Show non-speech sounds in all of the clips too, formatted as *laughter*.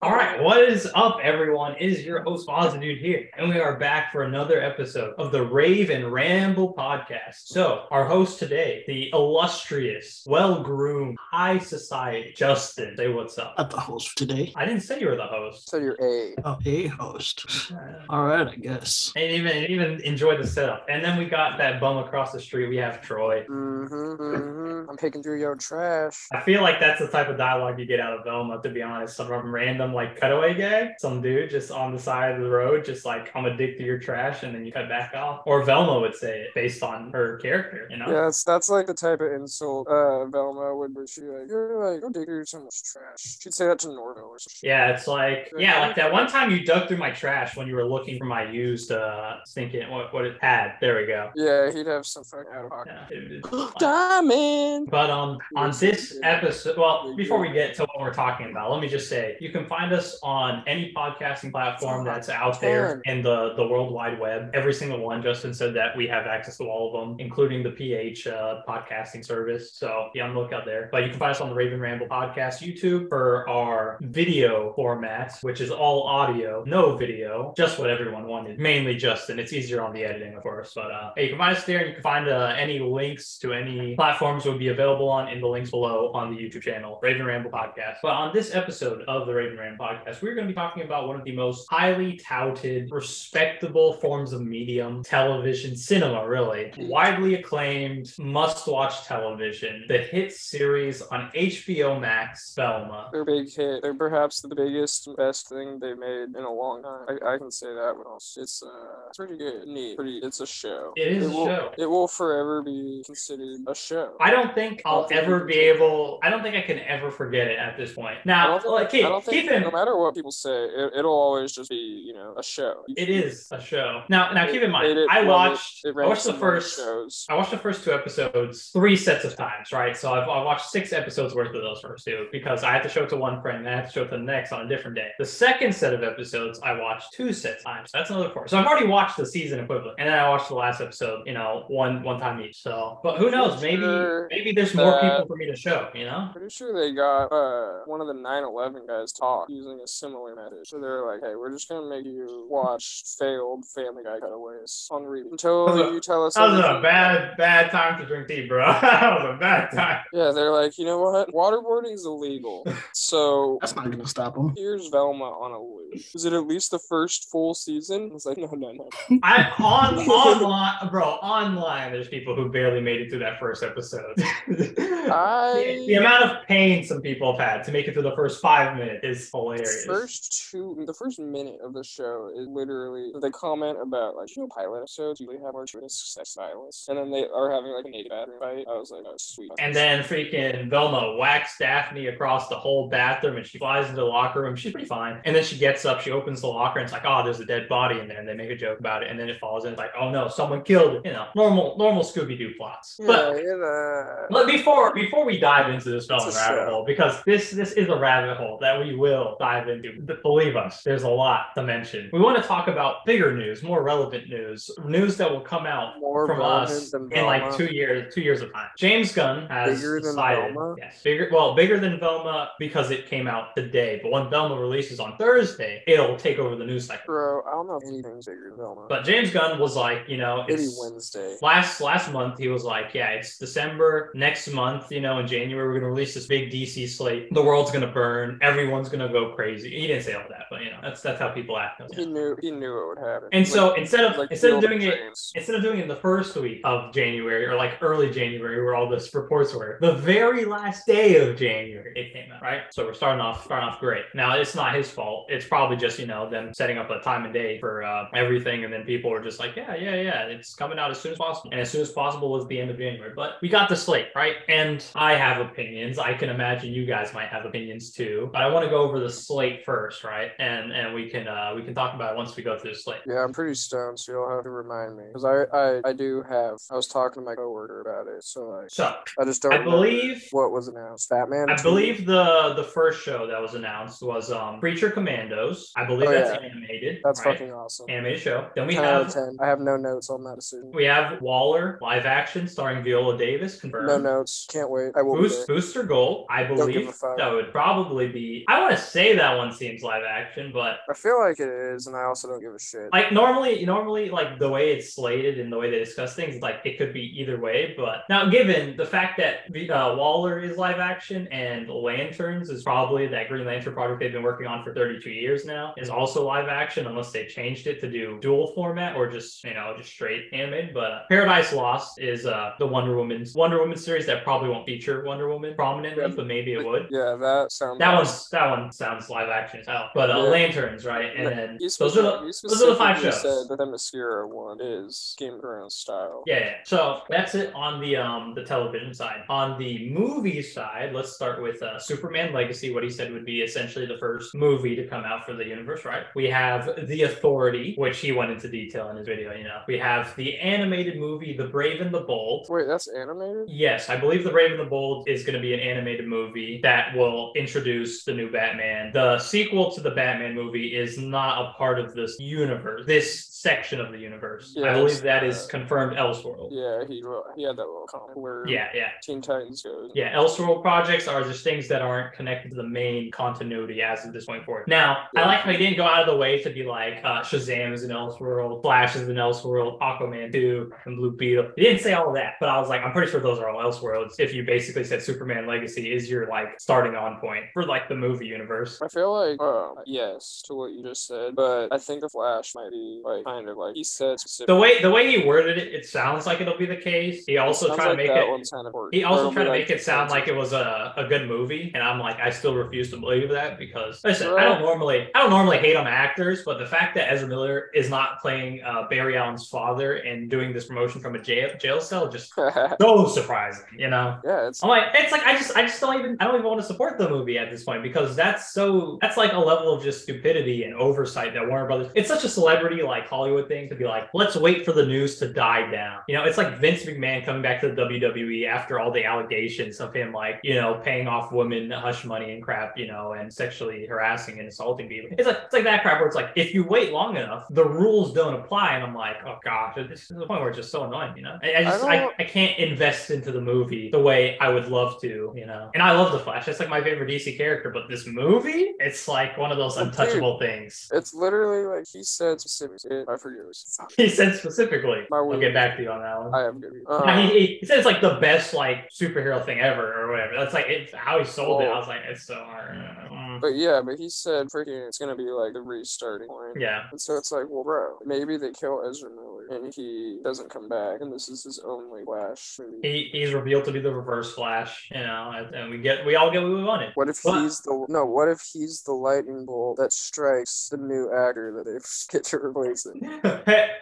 All right, what is up, everyone? It is your host Dude here, and we are back for another episode of the Rave and Ramble podcast. So, our host today, the illustrious, well-groomed, high society Justin. Say what's up. At the host for today. I didn't say you were the host. So you're a Oh, a host. Uh, All right, I guess. And even and even enjoy the setup. And then we got that bum across the street. We have Troy. Mm-hmm, mm-hmm. I'm picking through your trash. I feel like that's the type of dialogue you get out of Velma, to be honest. Some random like cutaway gag, some dude just on the side of the road, just like I'm a dick to your trash, and then you cut back off. Or Velma would say it based on her character, you know. Yes, that's like the type of insult uh Velma would where she like you're like go dig through so much trash. She'd say that to Norville or something. Yeah, it's like yeah, like that one time you dug through my trash when you were looking for my used uh thinking what what it had. There we go. Yeah, he'd have some fucking out of pocket. Yeah, it- it's- *gasps* Diamond. But um, on this episode, well, before we get to what we're talking about, let me just say you can find us on any podcasting platform that's out there in the the world wide web. Every single one. Justin said that we have access to all of them, including the PH uh, podcasting service. So be on the lookout there. But you can find us on the Raven Ramble podcast YouTube for our video formats, which is all audio, no video, just what everyone wanted. Mainly Justin. It's easier on the editing, of course. But uh, you can find us there, and you can find uh, any links to any platforms will be available on in the links below on the YouTube channel Raven Ramble Podcast. But on this episode of the Raven Ramble Podcast, we're going to be talking about one of the most highly touted, respectable forms of medium, television, cinema, really widely acclaimed, must-watch television, the hit series on HBO Max, Velma. Their big hit. They're perhaps the biggest and best thing they made in a long time. I, I can say that with all- it's uh it's pretty good. Neat. Pretty it's a show. It is a will, show. It will forever be considered a show. I don't think I'll ever be able. I don't think I can ever forget it at this point. I Now, don't think, like, keep, I don't think keep in no matter what people say, it, it'll always just be, you know, a show. It is a show. Now, now It- keep in mind, it- it- I well, it- watched, it I ranks watched the among first, shows. I watched the first two episodes three sets of times, right? So I've, I watched six episodes worth of those first two because I had to show it to one friend and I had to show it to the next on a different day. The second set of episodes I watched two sets times. That's another four. So I've already watched the season equivalent, and then I watched the last episode, you know, one one time each. So, but who knows? Maybe Sure. maybe there's more Uh, people for me to show. You know. Pretty sure they got uh, one of the 9/11 guys talk using a similar method. So they're like, "Hey, we're just gonna make you watch failed Family Guy cutaways on repeat That was until a- you tell us." That was a everything." bad, bad time to drink tea, bro. *laughs* that was a bad time. Yeah, they're like, you know what? Waterboarding's illegal, so That's not gonna stop him. here's Velma on a loop. Is it at least the first full season? It's like, no, no, *laughs* no. I on *laughs* online, bro. Online, there's people who barely made it through that first episode. *laughs* the, I the amount of pain some people have had to make it through the first five minutes is hilarious. first two, the first minute of the show is literally they comment about like you know pilot episodes usually have more choice sex violence, and then they are having like a naked bathroom fight. I was like, oh sweet. and then freaking Velma whacks Daphne across the whole bathroom and she flies into the locker room. She's pretty fine. And then she gets up, she opens the locker and it's like, oh, there's a dead body in there. And they make a joke about it. And then it falls in. It's like, oh no, someone killed it. You know, normal, normal Scooby Doo plots. But yeah, it, uh, But before before we dive into this Velma It's a rabbit show. hole, because this this is a rabbit hole that we will dive into. B- Believe us, there's a lot to mention. We want to talk about bigger news, more relevant news, news that will come out more from relevant us than in like Velma. two years, two years of time. James Gunn has Bigger than decided, Velma? yes, bigger. Well, bigger than Velma because it came out today. But when Velma releases on Thursday, it'll take over the news cycle. Bro, I don't know if anything's bigger than Velma. But James Gunn was like, you know, maybe it's Wednesday. last last month he was like yeah it's december next month you know in january we're gonna release this big dc slate the world's gonna burn everyone's gonna go crazy he didn't say all that but you know that's that's how people act He knew he knew it would happen. and so Like- instead of like instead of Field doing it Dreams. instead of doing it in the first week of january or like early january where all this reports were the very last day of january it came out right so we're starting off starting off great now it's not his fault it's probably just you know them setting up a time and day for uh, everything and then people are just like yeah yeah yeah it's coming out as soon as possible and as soon as possible was the end of january but we got the slate right and i have opinions i can imagine you guys might have opinions too but i want to go over the slate first right and and we can uh we can talk about it once we go through the slate Yeah, I'm pretty stoned, so you'll have to remind me because I, I I do have. I was talking to my coworker about it, so like so I just don't. I remember believe what was announced. Batman. I 2? believe the the first show that was announced was um Preacher Commandos. I believe Oh, that's yeah. animated. That's right? fucking awesome. animated show. Then we 10 out have of 10. I have no notes on that decision. we have Waller live action starring Viola Davis confirmed. No notes. Can't wait. I will be Boos- there. Booster Gold, I give a believe fuck. that would probably be. I want to say that one seems live action, but I feel like it is, and I also don't give a shit. like normally, normally like the way it's slated and the way they discuss things, like it could be either way. But now, given the fact that the, uh, Waller is live action and Lanterns is probably that Green Lantern project they've been working on for 32 years now is also live action, unless they changed it to do dual format or just you know just straight animated. But uh, Paradise Lost is uh, the Wonder Woman's Wonder Woman series that probably won't feature Wonder Woman prominently, Yeah. but maybe it *laughs* would. yeah, that sounds. That one's that one sounds live action as hell. But uh, Yeah. lanterns, right? And Yeah. then You those are specifically, the you those are the five specifically shows. said that the Mascara one is Game of Thrones style. Yeah, yeah. So that's it on the um the television side. On the movie side, let's start with uh, Superman Legacy. What he said would be essentially the first movie to come out for the universe, right? We have the Authority, which he went into detail in his video. You know, we have the animated movie The Brave and the Bold. Wait, that's animated? Yes, I believe The Brave and the Bold is going to be an animated movie that will introduce the new Batman. The sequel to the Batman movie is not a part of this universe, this section of the universe. I Yes, believe that uh, is confirmed Elseworld. Yeah, he wrote- he had that little comic where Yeah, yeah. Teen Titans goes. Yeah, Elseworld projects are just things that aren't connected to the main continuity as of this point forward. Now, I like how he didn't go out of the way to be like uh, Shazam is in Elseworld, Flash is in Elseworld, Aquaman 2, and Blue Beetle. He didn't say all of that, but I was like, I'm pretty sure those are all Elseworlds. If you basically said Superman Legacy is your like starting on point for like the movie universe. I feel like um, yes to what you just said, but I think the Flash might be like kind of like he said The specifically. way the way he worded it, it sounds like it'll be the case. He also sounds tried to like make that it one's kind of important. He also Where tried to it'll be make it sound like it was a, a good movie, and I'm like, I still refuse to believe that because listen, I Well- don't normally I don't normally hate on actors, but the fact that Ezra Miller is not playing uh, Barry Allen's father and doing this promotion from a jail jail cell *laughs* just so surprising, you know. yeah, it's I'm like, it's like I just I just don't even I don't even want to support the movie at this point because that's so that's like a level of just stupidity and oversight that Warner Brothers it's such a celebrity like Hollywood thing to be like, let's wait for the news to die down. You know, it's like Vince McMahon coming back to the WWE after all the allegations of him like, you know, paying off women hush money and crap, you know, and sexually harassing and assaulting people. It's like it's like that crap where it's like if you wait long enough, the rules don't apply. And I'm like, oh gosh, this is the point where it's just so annoying, you know? I, I I just don't- I, I can't invest into the movie the way I would love to, you know. And I love the Flash. That's like my favorite DC character, but this movie, it's like one of those Well, dude. untouchable things. *laughs* it's literally like he said specifically. I forget. What it's- fuck, He said specifically. My I'll word. get back to you on that one. I have good. Yeah, *laughs* Um, he, he- he said it's like the best like superhero thing ever or whatever. That's like it's how he sold it. I was like, it's so hard. Mm. Oh. but yeah, but he said freaking it's gonna be like the restarting point. Yeah. And so it's like, well, bro, maybe they kill Ezra Miller and he doesn't come back, and this is his only Flash movie. He, he's revealed to be the reverse flash, you know, and, and we get we all get what we wanted. *laughs* What if What? he's the no? What if he's the lightning bolt that strikes the new actor that they *laughs* get to replace him?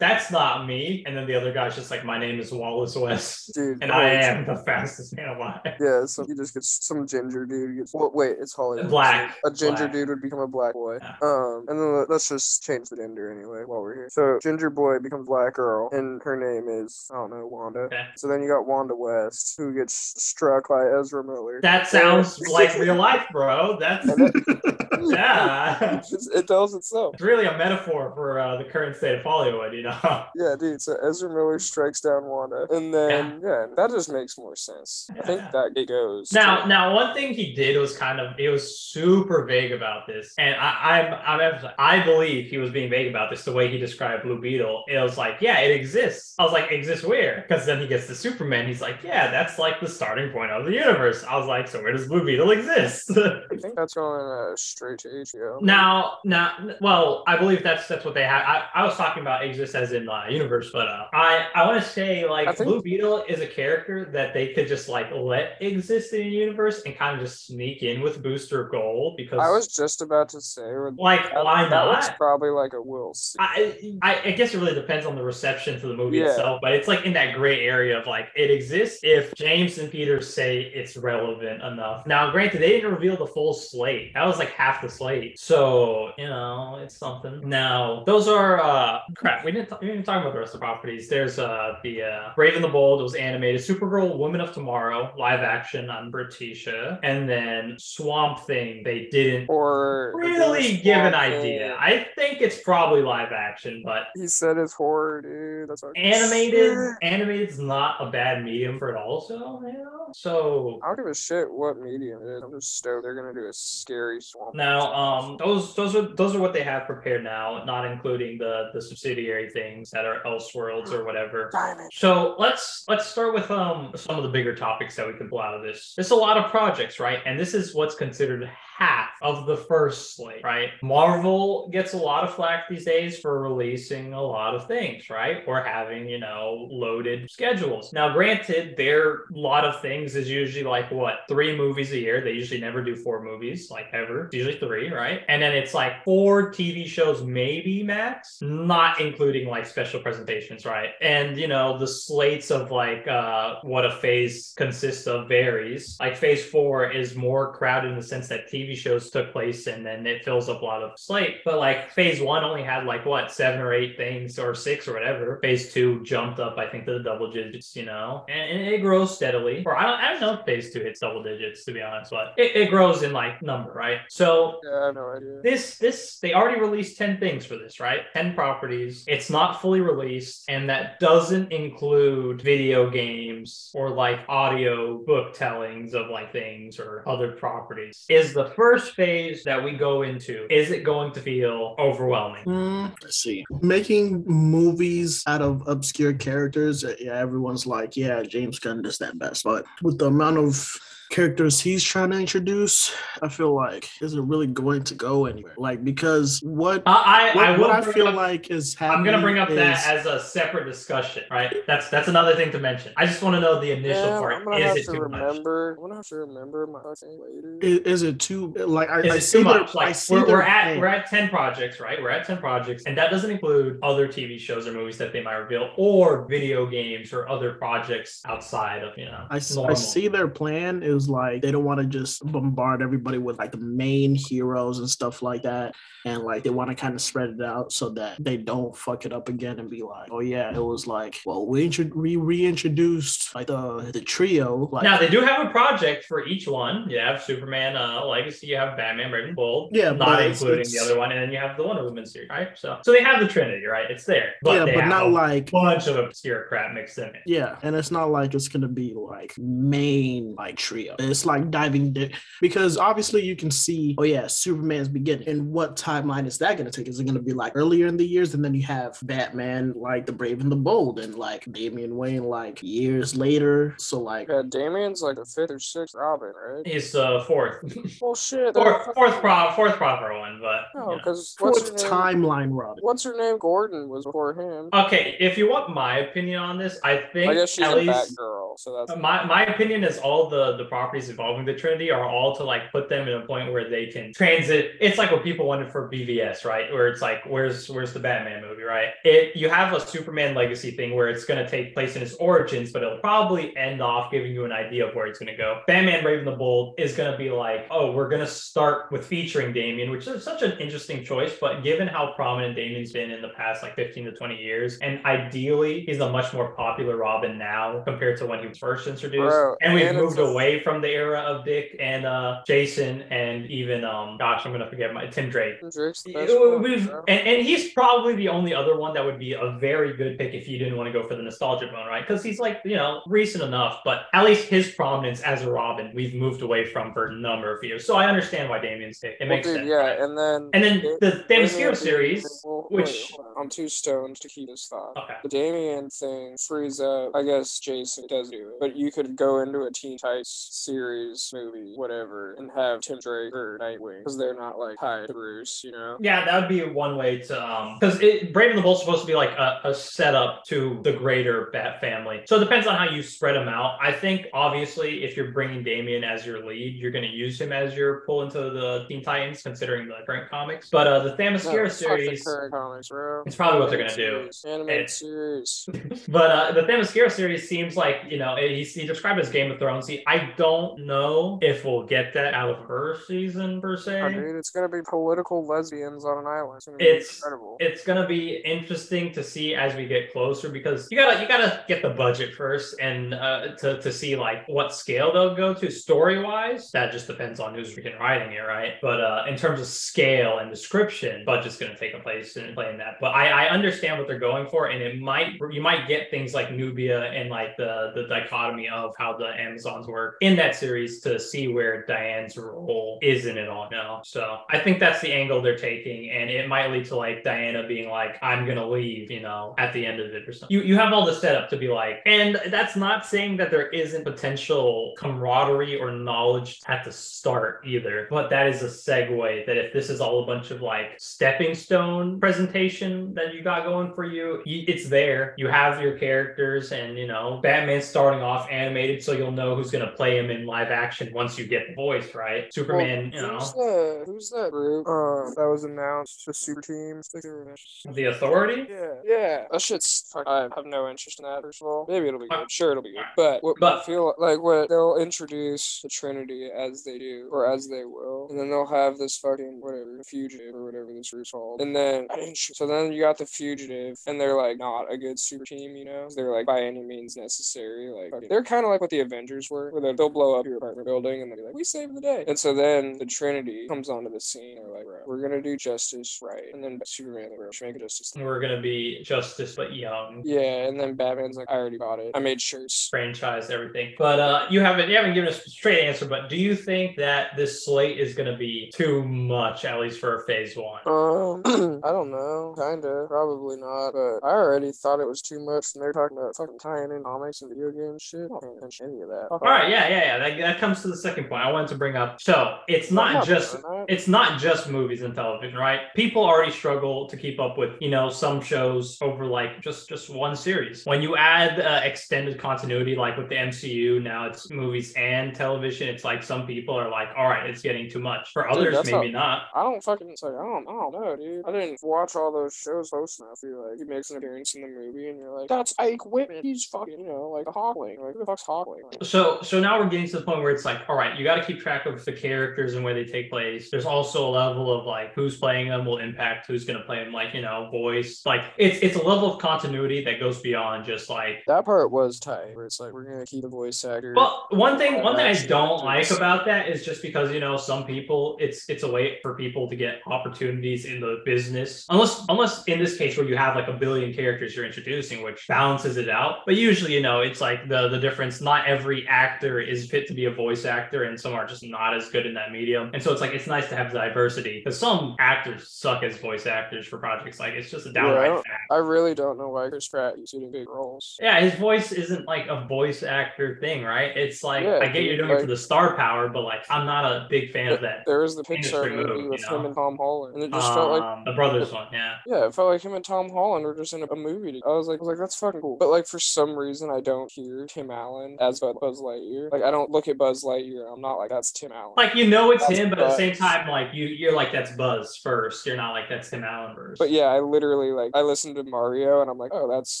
That's not me. And then the other guy's just like, my name is Wallace West, Dude, and no, I it's- am the fastest man alive. Yeah, so he just gets some ginger dude. Gets, well, wait, it's Hollywood. so Black, a ginger black. dude would become a black boy. Yeah. Um, and then let- let's just change the gender anyway while we're here. So ginger boy becomes black girl, and her name is I don't know Wanda. Okay. So then you got Wanda West, who gets struck by Ezra *laughs* Miller. That sounds like real life, bro. That's And it- yeah. it just- *laughs* it tells itself. It's really a metaphor for uh, the current state of Hollywood, you know. Yeah, dude. So Ezra Miller strikes down Wanda, and then yeah, that just makes more sense. I think Yeah. that it goes to- Now, now, one thing he did was kind of it was super vague about this, and I, I'm I'm emphasizing- I believe he was being vague about this. The way he described Blue Beetle, it was like, yeah, it exists. I was like, exists where? Because then he gets to Superman. He's like, yeah, that's like the starting point of the universe. I was like, so where does Blue Beetle exist? *laughs* I think that's going uh, straight to HBO. Now, now, well, I believe that's that's what they have. I, I was talking about exist as in uh, universe, but uh, I I want to say I like think- Blue Beetle is a character that they could just like let exist in a universe and kind of just sneak in with Booster Gold because I was just about to say with like that, why that not? looks probably like a Will. C. I, I I guess it really depends on the reception to the movie Yeah. itself, but it's like in that gray area of like it exists if James and Peter say it's relevant enough. Now, granted, they didn't reveal the full slate. That was like half the slate, So you know, it's something. Now those are uh, crap. We didn't t- we didn't talk about the rest of the properties. There's uh the uh, Brave and the Bold. It was animated. Supergirl, Woman of Tomorrow, live action on Britisha, and then Swamp Thing. They didn't Or really give an idea. I think it's probably live action, but He said it's horror, dude. That's what animated animated's not a bad medium for it also you know so I don't give a shit what medium it is. I'm just stoked they're gonna do a scary swamp. now um those those are those are what they have prepared now not including the the subsidiary things that are elseworlds or whatever diamond. so let's let's start with um some of the bigger topics that we can pull out of this there's a lot of projects right and this is what's considered half of the first slate right marvel gets a lot of flack these days for releasing a lot of things right or having you know loaded schedules now granted their lot of things is usually like what three movies a year they usually never do four movies like ever it's usually three right and then it's like four tv shows maybe max not including like special presentations right and you know the slates of like uh what a phase consists of varies like phase four is more crowded in the sense that tv shows took place and then it fills up a lot of slate but like phase one only had like what seven or eight things or six or whatever phase two jumped up i think to the double digits you know and, and it grows steadily or I don't, I don't know if phase two hits double digits to be honest but it, it grows in like number right so Yeah, I have no idea. this this they already released 10 things for this right 10 properties it's not fully released and that doesn't include video games or like audio book tellings of like things or other properties is the first phase that we go into is it going to feel overwhelming Mm, let's see. Making movies out of obscure characters, uh, yeah, everyone's like, yeah, James Gunn does that best. But with the amount of characters he's trying to introduce, I feel like is it really going to go anywhere? Like because what i i, what, I I, will what I bring feel up- like is happening. I'm gonna bring up that as is- a separate discussion, right? That's that's another thing to mention. I just want to know the initial Damn, part. I'm gonna Is have it to too much? remember. I'm gonna have to remember my fucking later. I- Is it too like I, I Is it see too their- much? I Like see we're, their we're at pain. we're at ten projects, right? We're at ten projects, and that doesn't include other TV shows or movies that they might reveal, or video games or other projects outside of you know. I, s- I normal. see their plan is like they don't want to just bombard everybody with like the main heroes and stuff like that. And like they want to kind of spread it out so that they don't fuck it up again and be like, oh yeah, it was like, well, we, intro- we reintroduced like the, the trio. Like, now they do have a project for each one. You have Superman uh, Legacy, you have Batman Brave Bold, Mm-hmm. Yeah, but not it's- including the it's- other one, and then you have the Wonder Woman series, right? So, so they have the Trinity, right? It's there, but yeah, they but have not a like bunch of obscure crap mixed in it. Yeah, and it's not like it's gonna be like main like trio. It's like diving di- because obviously you can see, oh yeah, Superman's beginning. And what timeline is that gonna take? Is it gonna be like earlier in the years, and then you have Batman like the Brave and the Bold, and like Damian Wayne like years later. So like, Yeah, Damien's like the fifth or sixth Robin, right? He's uh, fourth, Well, shit. they're fourth, fucking- fourth, pro- fourth proper one, but you No, know. because what's her fourth name? timeline Robin. What's her name? Gordon was before him. okay. If you want my opinion on this, I think I guess Oh, she's at a least. Batgirl, girl, so that's My, my opinion is all the the properties involving the Trinity are all to like put them in a point where they can transit. It's like what people wanted for BVS, right? Where it's like, where's where's the Batman movie, right? It you have a Superman legacy thing where it's going to take place in its origins, but it'll probably end off giving you an idea of where it's going to go. Batman: Brave and the Bold is going to be like, oh, we're going to start with featuring Damien, which is such an interesting choice, but given how prominent Damien's been in the past like 15 to 20 years, and ideally he's a much more popular Robin now compared to when he was first introduced, Bro, and we've and it's moved a- away from the era of Dick and uh, Jason and even um, gosh, I'm going to forget my Tim Drake. Drake's the Yeah, best we- one, we've- bro. and, and he's probably the only other one that would be a very good pick if you didn't want to go for the nostalgic one, right? Because he's like, you know, recent enough, but at least his prominence as a Robin, we've moved away from for a number of years. So I understand why Damien's pick. It Well, makes dude, sense. Yeah, right? and then And then the Damien Themyscira being- series, well, wait, which hold on. I'm too stoned to keep this thought. okay, The Damien thing frees up. I guess Jason does do it, but you could go into a Teen Titans series, movie, whatever, and have Tim Drake or Nightwing because they're not like tied to Bruce, you know. yeah, that would be one way to um because Brave and the Bold's supposed to be like a, a setup to the greater Bat family. So it depends on how you spread them out. I think obviously if you're bringing Damien as your lead, you're going to use him as your pull into the Teen Titans, considering the current comics. But uh the No, Themyscira fuck the series, current comics, bro. it's probably what they're going to do. Animated series, Animated It- series. But uh, the Themyscira series seems like you know he, he described it as Game of Thrones. He, I don't know if we'll get that out of her season per se. I mean, it's gonna be political lesbians on an island. It's, gonna be It's- incredible. it's gonna be interesting to see as we get closer because you gotta you gotta get the budget first and uh, to to see like what scale they'll go to story wise. That just depends on who's freaking writing it, right? But uh, in terms of scale and description, budget's gonna take a place in playing that. But I, I understand what they're going for, and it might you might get things like Nubia and like the the dichotomy of how the Amazons work in that series to see where Diane's role isn't at all now. So I think that's the angle they're taking, and it might lead to like Diana being like, "I'm gonna leave," you know, at the end of it or something. You you have all the setup to be like, and that's not saying that there isn't potential camaraderie or knowledge at the start either, but that is a segue. That if this is all a bunch of like stepping stone presentation that you got going for you, you it's there. You have your characters, and you know, Batman's starting off animated, so you'll know who's gonna play him in live action once you get the voice right. Superman, Well, you know. who's the who's that group um, that was announced the super team? I think they were announced. The authority? Yeah, yeah. That shit's. Fuck, I have no interest in that. First of all, maybe it'll be Uh, good. Sure, it'll be good. But what but- I feel like what they'll introduce the Trinity as they do, or as they will, and then they'll have this fucking whatever fugitive or whatever this group's called, and then *laughs* I didn't sh- so then you got the fugitive, and they're like not a good super team, you know? They're like by any means necessary. Like fucking- they're kind of like what the Avengers were, where they'll- they'll blow up your apartment building and they'll be like, "We saved the day." And so then the Trinity comes onto the scene. They're like, "Bro, we're gonna do justice right," and then Superman, like, "Bro, we should make a justice." We're gonna be Justice but young. Yeah, and then Batman's like, I already bought it. I made shirts. franchise everything but uh you haven't you haven't given us a straight answer but do you think that this slate is going to be too much at least for phase one *clears throat* Um, I don't know. Kinda, probably not. But I already thought it was too much. And they're talking about fucking tying in comics and video game shit. I don't pay attention to any of that. all right yeah yeah yeah that, that comes to the second point i wanted to bring up so it's not just it's not just movies and television right people already struggle to keep up with you know some shows over like just just one series when you add uh, extended continuity like with the mcu now it's movies and television it's like some people are like all right it's getting too much for Dude, others that's maybe not I don't fucking it's like I don't, I don't know, dude. I didn't watch all those shows close enough. You're like, he makes an appearance in the movie, and you're like, that's Ike Whitman. He's fucking, you know, like a Hawkling. Like, who the fuck's Hawkling? Like, So so now we're getting to the point where it's like, all right, you got to keep track of the characters and where they take place. There's also a level of like who's playing them will impact who's going to play them, like you know, voice. Like it's it's a level of continuity that goes beyond just like. that part was tight. Where it's like, we're gonna keep the voice actor. Well, one thing one thing I don't like about that is just because you know some people it's it's a way for people to get opportunities in the business unless unless in this case where you have like a billion characters you're introducing which balances it out but usually you know it's like the the difference not every actor is fit to be a voice actor and some are just not as good in that medium and so it's like it's nice to have diversity because some actors suck as voice actors for projects like it's just a downright Yeah. fact. I really don't know why Chris Pratt is doing big roles. Yeah, his voice isn't like a voice actor thing, right? It's like Yeah, I get you're dude, doing it for like- the star power, but like I'm not a big fan of that. There was the Industry Pixar movie move, with you him know? Ah. and Tom Holland, and it just felt like Um, The brothers one, yeah. yeah, it felt like him and Tom Holland were just in a, a movie. together. I was like, I was like that's fucking cool. But like for some reason, I don't hear Tim Allen as Bu- Buzz Lightyear. Like I don't look at Buzz Lightyear. I'm not like that's Tim Allen. Like you know it's That's him, but at the Buzz. same time, like you you're like that's Buzz first. You're not like that's Tim Allen first. But yeah, I literally like I listened to Mario and I'm like, oh, that's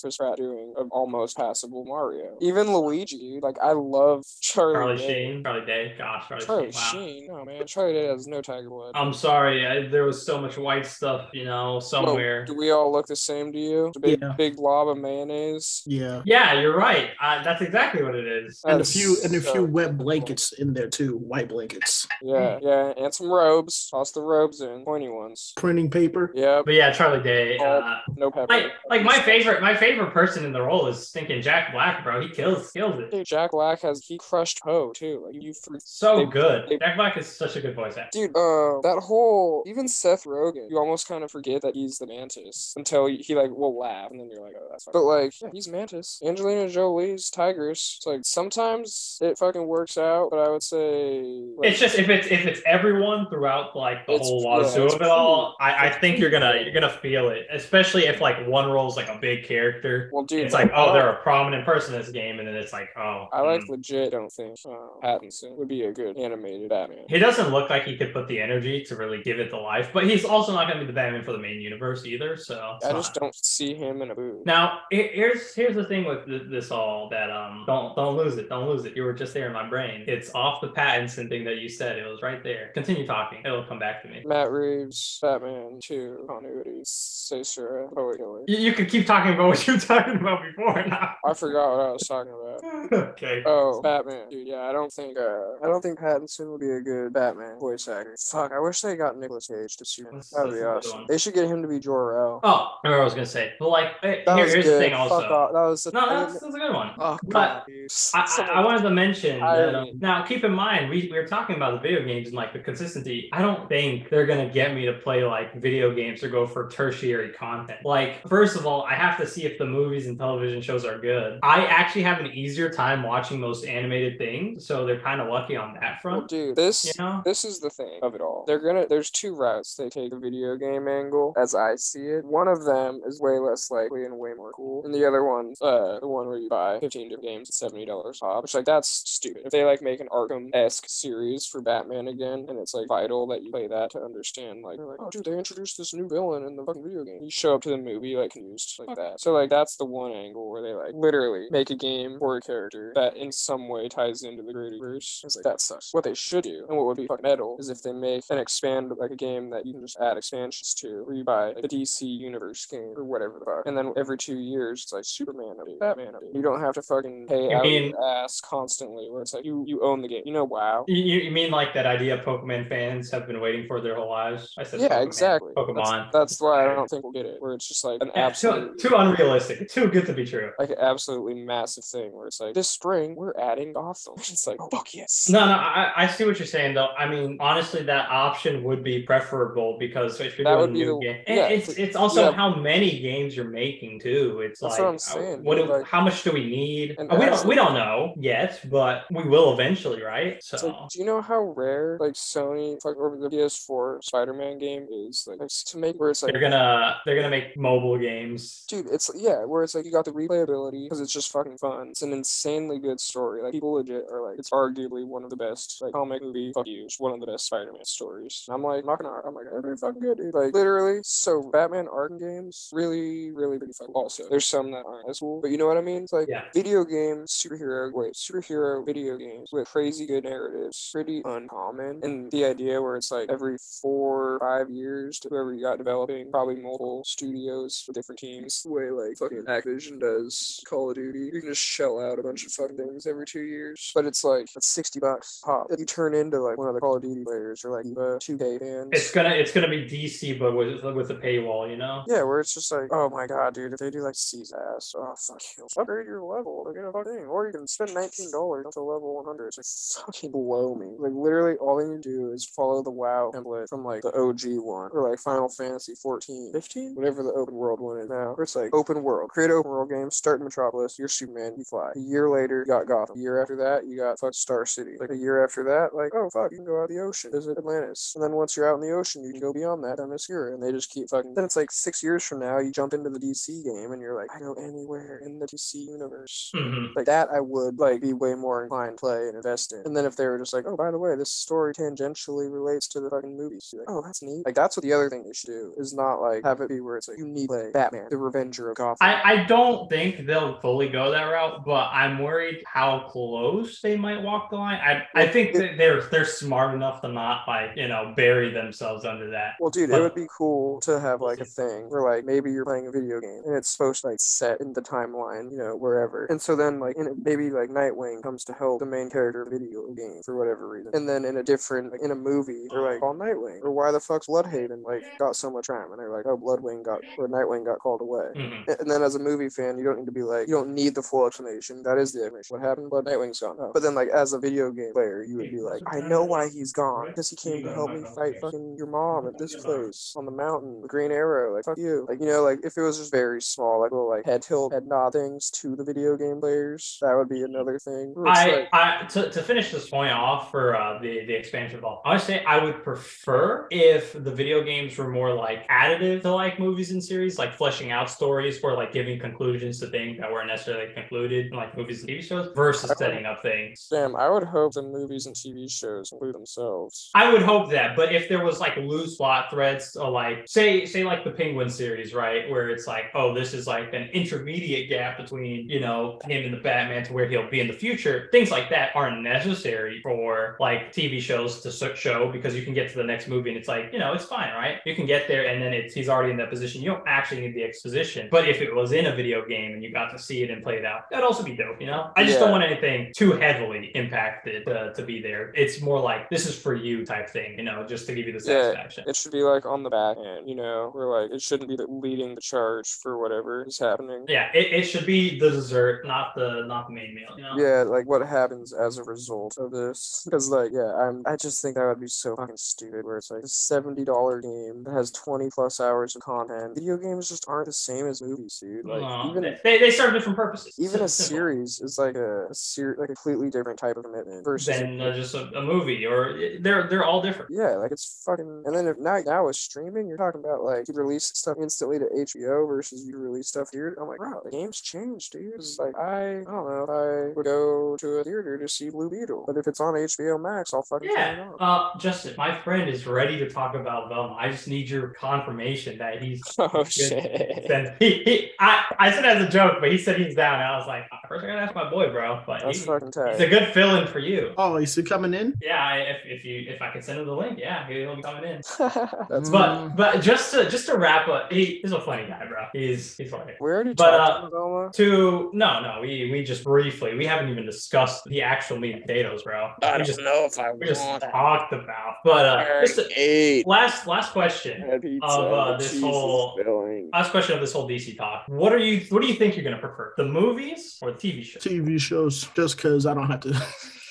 Chris Pratt doing an almost passable Mario. Even Luigi, like I love Charlie, Charlie Day. Sheen, Charlie Day, gosh, Charlie, Charlie Sheen. Wow. Sheen. No man, Charlie Day has no tiger blood. I'm sorry, I, there was so much white stuff, you know, Whoa, somewhere. do we all look the same to you? It's a big Yeah. big blob of mayonnaise. Yeah. Yeah, you're right. Uh, that's exactly what it is. And a That's few and a so few wet cool. blankets in there too, white blankets, Yeah, yeah, and some robes. Toss the robes in, pointy ones. printing paper. Yep, But yeah, Charlie Day. Oh. Uh, no pepper. like, like my favorite, my favorite person in the role is thinking Jack Black, bro. He kills, kills it. Dude, Jack Black has he crushed Poe too. Like you freak. So They- good. they- Jack Black is such a good voice actor. Dude, uh, that whole even Seth Rogen, you almost kind of forget that he's the Mantis until he, he like will laugh, and then you're like, oh, that's. Funny. But like, yeah, he's Mantis. Angelina Jolie's Tigress. It's like sometimes it fucking works out, but I would say like, It's just if it's if it's everyone throughout like the It's- whole yeah, wazoo it's of it all, I, I It's think you're gonna pretty. you're gonna feel it, especially if like one role's like a big character. well, dude, It's like oh they're a prominent person in this game, and then it's like oh I like hmm. legit. Don't think uh, Pattinson would be a good animated Batman. He doesn't look like he could put the energy to really give it the life, but he's also not going to be the Batman for the main universe either. So it's I not- just don't see him in a boot. Now, he- here's here's the thing with th- this all that um don't don't lose it, don't lose it. You were just just there in my brain. It's off the Pattinson thing that you said. It was right there. Continue talking. It'll come back to me. Matt Reeves, Batman 2, continuity, Cicero, Poet Killer. You, you could keep talking about *laughs* what you were talking about before now. *laughs* I forgot what I was talking about. okay. Oh, Batman. Dude, yeah, I don't think uh, I don't think Pattinson would be a good Batman voice actor. Fuck, I wish they got Nicolas Cage to see him. Let's- That'd let's be move awesome. on. They should get him to be Jor-El. Oh, I remember what I was gonna say. But like, eh, That here, was here's the good. thing. Fuck Also, off. That was the no, that's, that's a good one. Oh, But- God, dude. I, I, I wanted to mention I- that, um, now keep in mind we, we were talking about the video games and like the consistency i don't think they're gonna get me to play like video games or go for tertiary content like first of all i have to see if the movies and television shows are good i actually have an easier time watching most animated things so they're kind of lucky on that Well, front dude, this you know This is the thing of it all. They're gonna. There's two routes they take the video game angle, as I see it. One of them is way less likely and way more cool, and the other one's uh the one where you buy 15 different games at 70 dollars pop, which like that's stupid. If they like make an Arkham esque series for Batman again, and it's like vital that you play that to understand like, they're like, oh dude, they introduced this new villain in the fucking video game. You show up to the movie like used like that. So like that's the one angle where they like literally make a game for a character that in some way ties into the greater universe. It's like that sucks. What they should do, and what would be fucking metal, is if they make and expand like a game that you can just add expansions to, where you buy like, the DC universe game or whatever the fuck, and then every two years it's like Superman update, Batman update. You don't have to fucking pay I out mean- your ass constantly, where it's like you you own the game. You know, wow. you, you- you mean like that idea pokemon fans have been waiting for their whole lives i said Yeah, Pokemon. exactly. That's- pokemon That's, why I don't think we'll get it. Where it's just like an Yeah, absolute too, too unrealistic too good to be true like an absolutely massive thing where it's like this spring we're adding Gotham. *laughs* It's like oh, fuck yes. No, no, I, I see what you're saying though. I mean, honestly, that option would be preferable because if you're That doing would be new the- game, and yeah, it's it's- it's also yeah. how many games you're making too. It's That's like, uh, what I'm saying, what dude, do- like- how much do we need? Uh, And we don't that's- we don't know yet, but we will eventually, right? So It's like, do you know how rare like Sony like or the PS4 Spider-Man game is like, like to make where it's like they're gonna they're gonna make mobile games. dude it's yeah where it's like you got the replayability because it's just fucking fun it's an insanely good story like people legit are like it's arguably one of the best like comic movie fuck you it's one of the best Spider-Man stories And I'm like not gonna I'm like they're pretty fucking good dude like literally so Batman Arkham games really really pretty fucking also there's some that aren't as cool but you know what I mean it's like Yeah. video game superhero wait superhero video games with crazy good narratives pretty uncommon and the idea where it's like every four five years to whoever you got developing probably multiple studios with different teams the way like fucking activision does call of duty you can just shell out a bunch of fucking things every two years but it's like it's 60 bucks pop you turn into like one of the call of duty players or like uh, 2k fans It's gonna it's gonna be DC, but with with a paywall, you know. yeah, where it's just like, oh my god, dude, if they do like C's ass, oh fuck you. Upgrade your level. They're gonna fucking, or you can spend nineteen dollars to level one hundred. It's like fucking blow me. Like literally, all they need to do is follow the WoW template from like the OG one or like Final Fantasy 14, 15, whatever the open world one is now. Where it's like open world, create an open world game, start in Metropolis, you're Superman, you fly. A year later, you got Gotham. A year after that, you got fuck Star City. Like a year after that, like oh fuck, you can go out in the ocean, visit Atlantis, and then once you're out in the ocean, you can go beyond that, Themyscira, and they just keep fucking. Then it's like six years from now, you jump into the DC game, and you're like, I go anywhere in the *laughs* DC universe. hmm Like that, I would like be way more inclined to play and invest in. And then if they were just like, oh, by the way, this story tangentially relates to the fucking movies, you're like, oh, that's neat. Like that's what the other thing they should do is not like have it be where it's like you need to play Batman, the Revenger of Gotham. I, I don't think they'll fully go that route, but I'm worried how close they might walk the line. I, I think that they're they're smart enough to not like you know bury themselves under that. Well, dude, But- it would be cool to have like a thing where like maybe you're playing a video game and it's supposed to like set in the timeline, you know, wherever. And so then like in a, maybe like Nightwing comes to help the main character of the video game for whatever reason. And then in a different like in a movie, they're like call Nightwing or why the fuck's Bloodhaven like got so much time and they're like oh Bloodwing got or Nightwing got called away. Mhm. And then as a movie fan, you don't need to be like, you don't need the full explanation. That is the explanation. What happened? But Nightwing's gone. Oh. But then, like, as a video game player, you would be like, I know why he's gone. Because he came to help me fight fucking your mom at this place on the mountain, the Green Arrow. Like, fuck you. Like, you know, like, if it was just very small, like, little, like, head tilt, head nod things to the video game players, that would be another thing. Where it's I, like, I to, to finish this point off for uh, the the expansion ball, I would say I would prefer if the video games were more like additive to like movies and series, like fleshing out stories or like giving conclusions to things that weren't necessarily concluded in like movies and TV shows versus setting up things. Damn, I would hope the movies and TV shows include themselves. I would hope that, but if there was like loose plot threads, or like say say like the Penguin series, right, where it's like, oh, this is like an intermediate gap between you know him and the Batman to where he'll be in the future, future. Things like that are necessary for like TV shows to so- show because you can get to the next movie and it's like, you know, it's fine, right? You can get there and then it's he's already in that position. You don't actually need the exposition. But if it was in a video game and you got to see it and play it out, that'd also be dope, you know? I just Yeah. don't want anything too heavily impacted uh, to be there. It's more like this is for you type thing, you know, just to give you the Yeah. satisfaction. It should be like on the back end, you know, where like it shouldn't be the leading the charge for whatever is happening. Yeah, it, it should be the dessert, not the not the main meal. You know? Yeah, like what happens as a result of this? Because like, yeah, I'm. I just think that would be so fucking stupid. Where it's like a seventy dollar game that has twenty plus hours of content. Video games just aren't the same as movies, dude. Like No, even Uh, they, they serve different purposes. even *laughs* a It's simple. series is like a, a ser- like a completely different type of commitment versus a than uh, just a, a movie, or uh, they're they're all different. Yeah, like it's fucking. And then if now now with streaming, you're talking about like you release stuff instantly to HBO versus you release stuff here. I'm like, wow, the game's changed, dude. It's like I, I don't know if I would go to a theater to see Blue Beetle, but if it's on HBO Max, I'll fucking turn Yeah, it on. *laughs* uh, Justin, my friend is ready to talk about Velma. I just need your confirmation that he's. Oh shit! Then *laughs* he, he I, I said it as a joke, but he said he's down. And I was like, first I gotta ask my boy, bro. But That's he- fucking he's a tight. good fill-in for you. Oh, is he coming in? Yeah, I- if, if you if I can send him the link, yeah, he'll be coming in. Mm-hmm. *laughs* That's But Mm. but just to just to wrap up, he, he's a funny guy, bro. He's he's funny. we already But, talked uh, about Velma. To no no we we just briefly we haven't even discussed the actual meat and potatoes, bro. We just know if I we just talked about. But uh, just a- eight. last last question. pizza. of, uh, this Jesus whole- filling. Last question of this whole DC talk. What are you? What do you think you're gonna prefer, the movies or the TV show? TV shows just because I don't have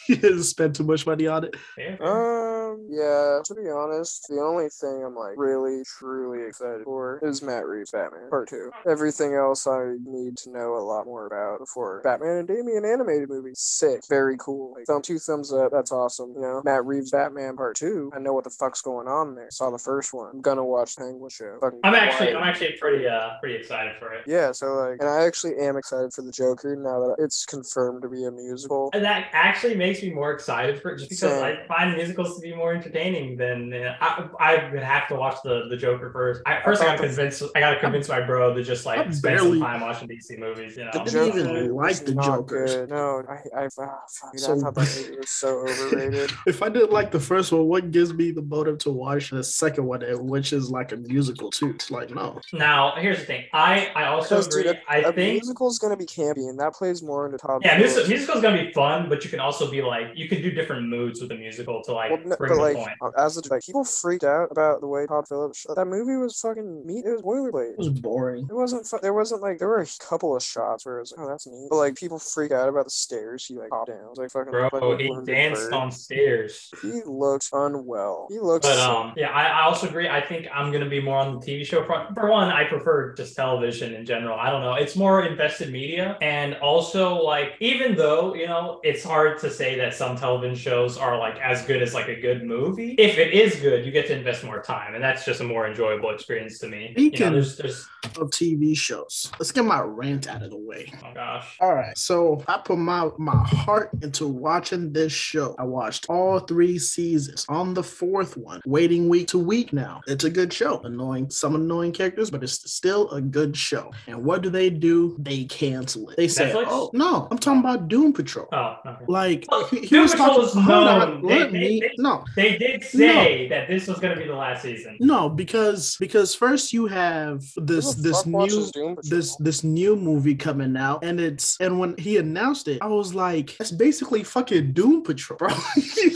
to *laughs* spend too much money on it. Fair, fair. Um, yeah, to be honest, the only thing I'm like really truly excited for is Matt Reeves' Batman Part 2. Everything else I need to know a lot more about before Batman and Damien animated movie. Sick, very cool. Like, thumb two thumbs up, that's awesome. You know, Matt Reeves' Batman Part 2, I know what the fuck's going on there. Saw the first one. I'm gonna watch Penguin Show. Fucking I'm actually wild. I'm actually pretty uh pretty excited for it. yeah, so like, and I actually am excited for the Joker now that it's confirmed to be a musical. And that actually makes me more excited for it, just because Same. I find musicals to be more entertaining than uh, I. I would have to watch the the Joker first. I, first, I got to convince I got to convince my bro to just like I'm spend barely- some time watching DC movies. You know, The didn't even Joker like was the not Joker. good. No, I, I, ah, fuck, dude, I So- thought that movie was *laughs* so overrated. If I didn't like the first one, what gives me the motive to watch the second one, and which is like a musical too? It's like no, Now, here's the thing. I I also Because, agree. dude, I a think musical's gonna be campy, and that plays more into Todd. yeah, Phillips. music, musical's gonna be fun, but you can also be like you can do different moods with a musical to like Well, no, bring but the like, point. as a, like, people freaked out about the way Todd Phillips shot that movie was fucking meat. It was boilerplate. it was boring. It wasn't. Fu- there wasn't like there were a couple of shots where it was like, oh, that's neat. But like people freak out about the stairs. He like popped down. It was, like fucking. like, Bro, a he wounded danced bird. on stairs. He looked unwell. He looked. But sick. um, yeah, I, I also agree. I think I'm gonna be more on the TV show front. For one, I prefer just television in general. I don't know. It's more invested media, and also like even though you know it's hard to say that some television shows are like as good as like a good movie. If it is good, you get to invest more time, and that's just a more enjoyable experience to me. You know, Speaking- there's, there's, Of TV shows, let's get my rant out of the way. oh gosh. All right, so I put my my heart into watching this show. I watched all three seasons. On the fourth one, waiting week to week now. It's a good show. Annoying, some annoying characters, but it's still a good show. And what do they do? They cancel it. They say, Netflix? "Oh no, I'm talking about Doom Patrol." Oh, okay. Like Well, he, he Doom was Patrol talking. is Hold on, known. They- let me they- they- no. They did say that this was going to be the last season. No, because because first you have Who this the this fuck new watches Doom Patrol? this this new movie coming out and it's and when he announced it i was like that's basically fucking doom patrol bro *laughs*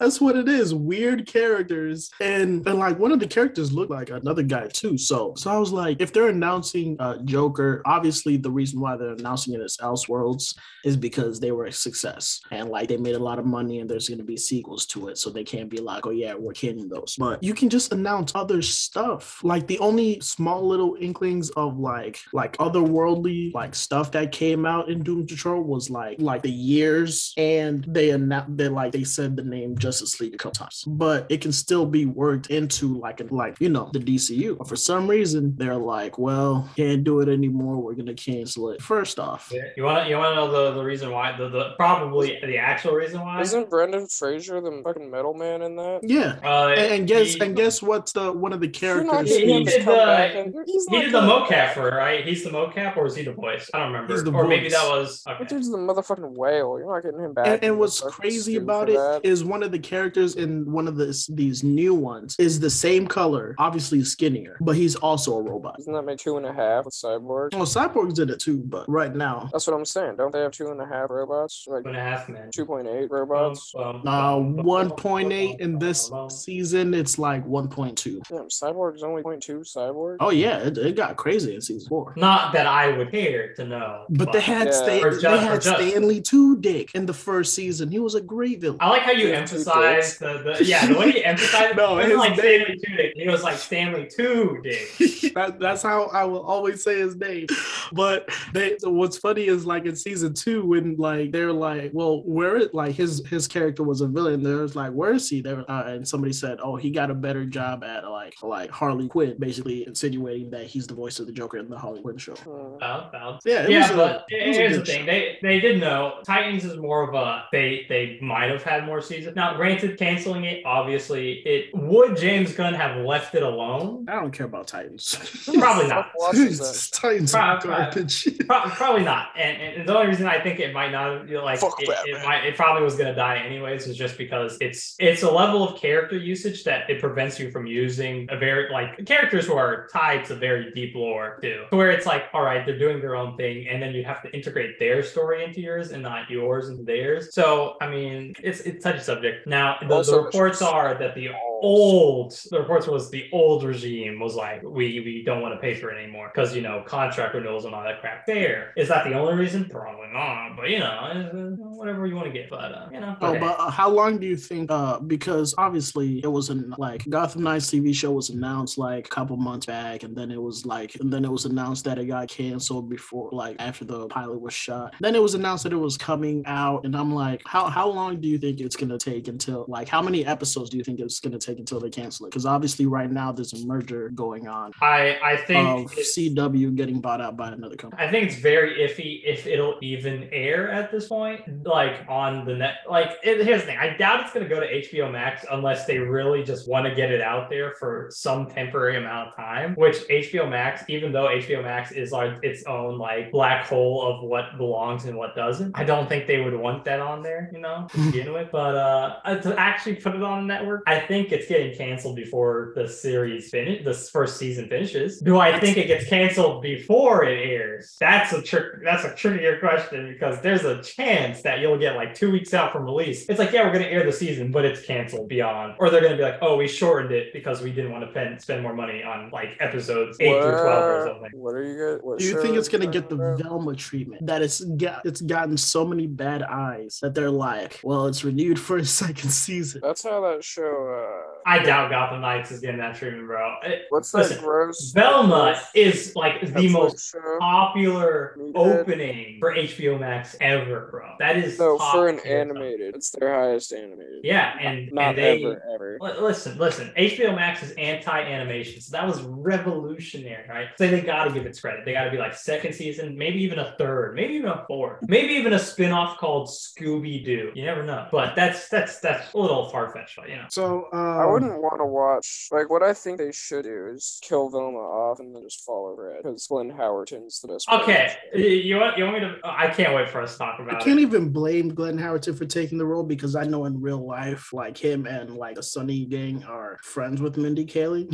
that's what it is weird characters and and like one of the characters looked like another guy too so so i was like if they're announcing uh joker obviously the reason why they're announcing it is elseworlds is because they were a success and like they made a lot of money and there's going to be sequels to it so they can't be like oh yeah we're canning those but you can just announce other stuff like the only small little inklings of like like otherworldly like stuff that came out in doom patrol was like like the years and they announced they like they said the name justice league a couple times but it can still be worked into like an like you know the dcu but for some reason they're like well can't do it anymore we're going to cancel it first off You want to you want to know the, the reason why the, the probably the actual reason why Isn't Brendan Fraser the fucking metal man? Superman in that? Yeah. Uh, And, and guess he- and guess what's the one of the You're not characters? getting getting him who's- did to come the- back in. He's He not did the coming mocap back. for it, right? He's the mocap or is he the voice? I don't remember. He's the or maybe voice. that was okay. That dude's the motherfucking whale. You're not getting him back. And, in and the what's fucking crazy stew about for it is that. one of the characters in one of this, these new ones is the same color, obviously skinnier, but he's also a robot. Doesn't that make two and a half with Cyborg? Oh. Well, Cyborg did it too, but right now, That's what I'm saying. Don't they have two and a half robots? Like Two and a half men. Oh, 2.8 robots? uh, 1.8 in this season, it's like 1.2. Damn, Cyborg's only 0.2 Cyborg? Oh yeah, it, it got crazy in season four. Not that I would care to know. But they had Yeah. Stan- Or just- they or had just- Stanley too, Dick, in the first season. He was a great villain. I like how you Two emphasize the, the yeah the way *laughs* you emphasize No, it his was like name- Stanley two dick. He was like Stanley two dick. *laughs* that, that's how I will always say his name. But they, what's funny is like in season two when like they're like, well, where it like his his character was a villain. There's like, where is he? There uh, and somebody said, oh, he got a better job at like like Harley Quinn, basically insinuating that he's the voice of the Joker in the Harley Quinn show. Hmm. Bounce, bounce. Yeah, it was yeah, a- but it was a here's the good thing: show. they they did know Titans is more of a they they might have had more seasons. Now, granted, canceling it obviously it would James Gunn have left it alone? I don't care about Titans. Probably not. Fuck watches that? *laughs* Titans are Pro- pro- garbage. *laughs* Pro- probably not. And, and the only reason I think it might not, you know, like Fuck it, Batman. it might, it probably was gonna die anyways, is just because it's it's a level of character usage that it prevents you from using a very like characters who are tied to very deep lore too, to where it's like, all right, they're doing their own thing, and then you have to integrate their story into yours and not yours into theirs. So I mean, it's it's touchy subject. Now the, Also- the reports are that the old the reports was the old regime was like we we don't want to pay for it anymore because you know contract renewals and all that crap there is that the only reason probably not but you know it's, uh, whatever you want to get but uh, you know Oh, okay. but uh, how long do you think? Uh, because obviously it was an like Gotham Knights TV show was announced like a couple months back, and then it was like, and then it was announced that it got canceled before, like after the pilot was shot. Then it was announced that it was coming out, and I'm like, how how long do you think it's gonna take until like how many episodes do you think it's gonna take until they cancel it? Because obviously right now there's a merger going on i i of think it's- CW getting bought out by another company. I think it's very iffy if it'll even air at this point, like on the net. Like, it, here's the thing: I doubt it's going to go to HBO Max unless they really just want to get it out there for some temporary amount of time. Which HBO Max, even though HBO Max is like its own like black hole of what belongs and what doesn't, I don't think they would want that on there, you know, to begin with. But uh, uh, to actually put it on the network, I think it's getting canceled before the series finish, the first season finishes. Do I think it gets canceled before it airs? That's a trick. That's a trickier question because there's a chance that you'll get like two weeks out from release. It's like, yeah, we're gonna air the season, but it's canceled beyond, or they're gonna be like, oh, we shortened it because we didn't want to pen- spend more money on like episodes eight through twelve or What, something. what are you guys? What Do you show think are it's gonna talking get the about? Velma treatment? That it's got it's gotten so many bad eyes that they're like, well, it's renewed for a *laughs* second season. That's how that show. Uh, I doubt Gotham Knights is getting that treatment, bro. It- what's Listen, that gross? Velma is like Netflix the most show? popular Movie opening for HBO Max ever, bro. That is No, top for an tier stuff. animated, it's their highest animated. Yeah, and not and they ever, ever. Li- listen, listen. HBO Max is anti-animation, so that was revolutionary, right? So they got to give it credit. They got to be like second season, maybe even a third, maybe even a fourth, maybe even a spin-off called Scooby Doo. You never know, but that's that's that's a little far-fetched, but you know. So um, I wouldn't want to watch. Like, what I think they should do is kill Velma off and then just follow Red because Glenn Howerton's the best. Okay, you want you want me to? I can't wait for us to talk I about can't it. even blame Glenn Howerton for taking the role because I know in real life, like him and like the Sunny Gang are friends with Mindy Kaling.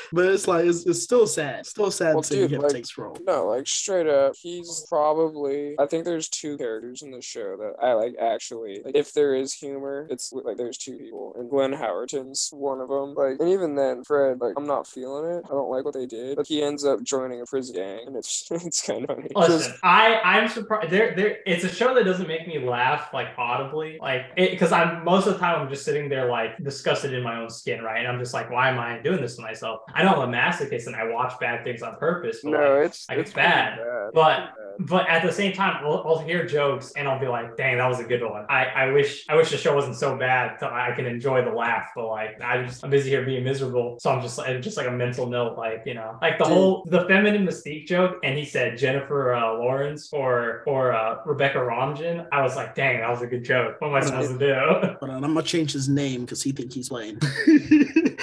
*laughs* but it's like it's, it's still sad, still sad Well, seeing dude, him like- take this role. No, like straight up, he's probably. I think there's two characters in the show that I like actually. Like, if there is humor, it's like there's two people, and Glenn Howerton's one of them. Like, and even then, Fred, like, I'm not feeling it. I don't like what they did, but he ends up joining a prison gang, and it's *laughs* it's kind of funny. 'Cause Listen, I I'm surprised. There there. It's a show that doesn't make me laugh like audibly, like because I'm most of the time I'm just sitting there like disgusted in my own skin, right? And I'm just like, why am I doing this to myself? I know I'm a masochist and I watch bad things on purpose, but, no, like, it's like, it's it's bad, pretty bad. but It's pretty bad. But at the same time, I'll, I'll hear jokes and I'll be like, "Dang, that was a good one." I, I wish I wish the show wasn't so bad so I can enjoy the laugh. But like, I just I'm busy here being miserable, so I'm just like just like a mental note, like you know, like the Dude. whole the feminine mystique joke, and he said Jennifer uh, Lawrence or or uh, Rebecca Romijn. I was like, "Dang, that was a good joke." What am I supposed to do? *laughs* But um, I'm gonna change his name because he think he's playing. *laughs*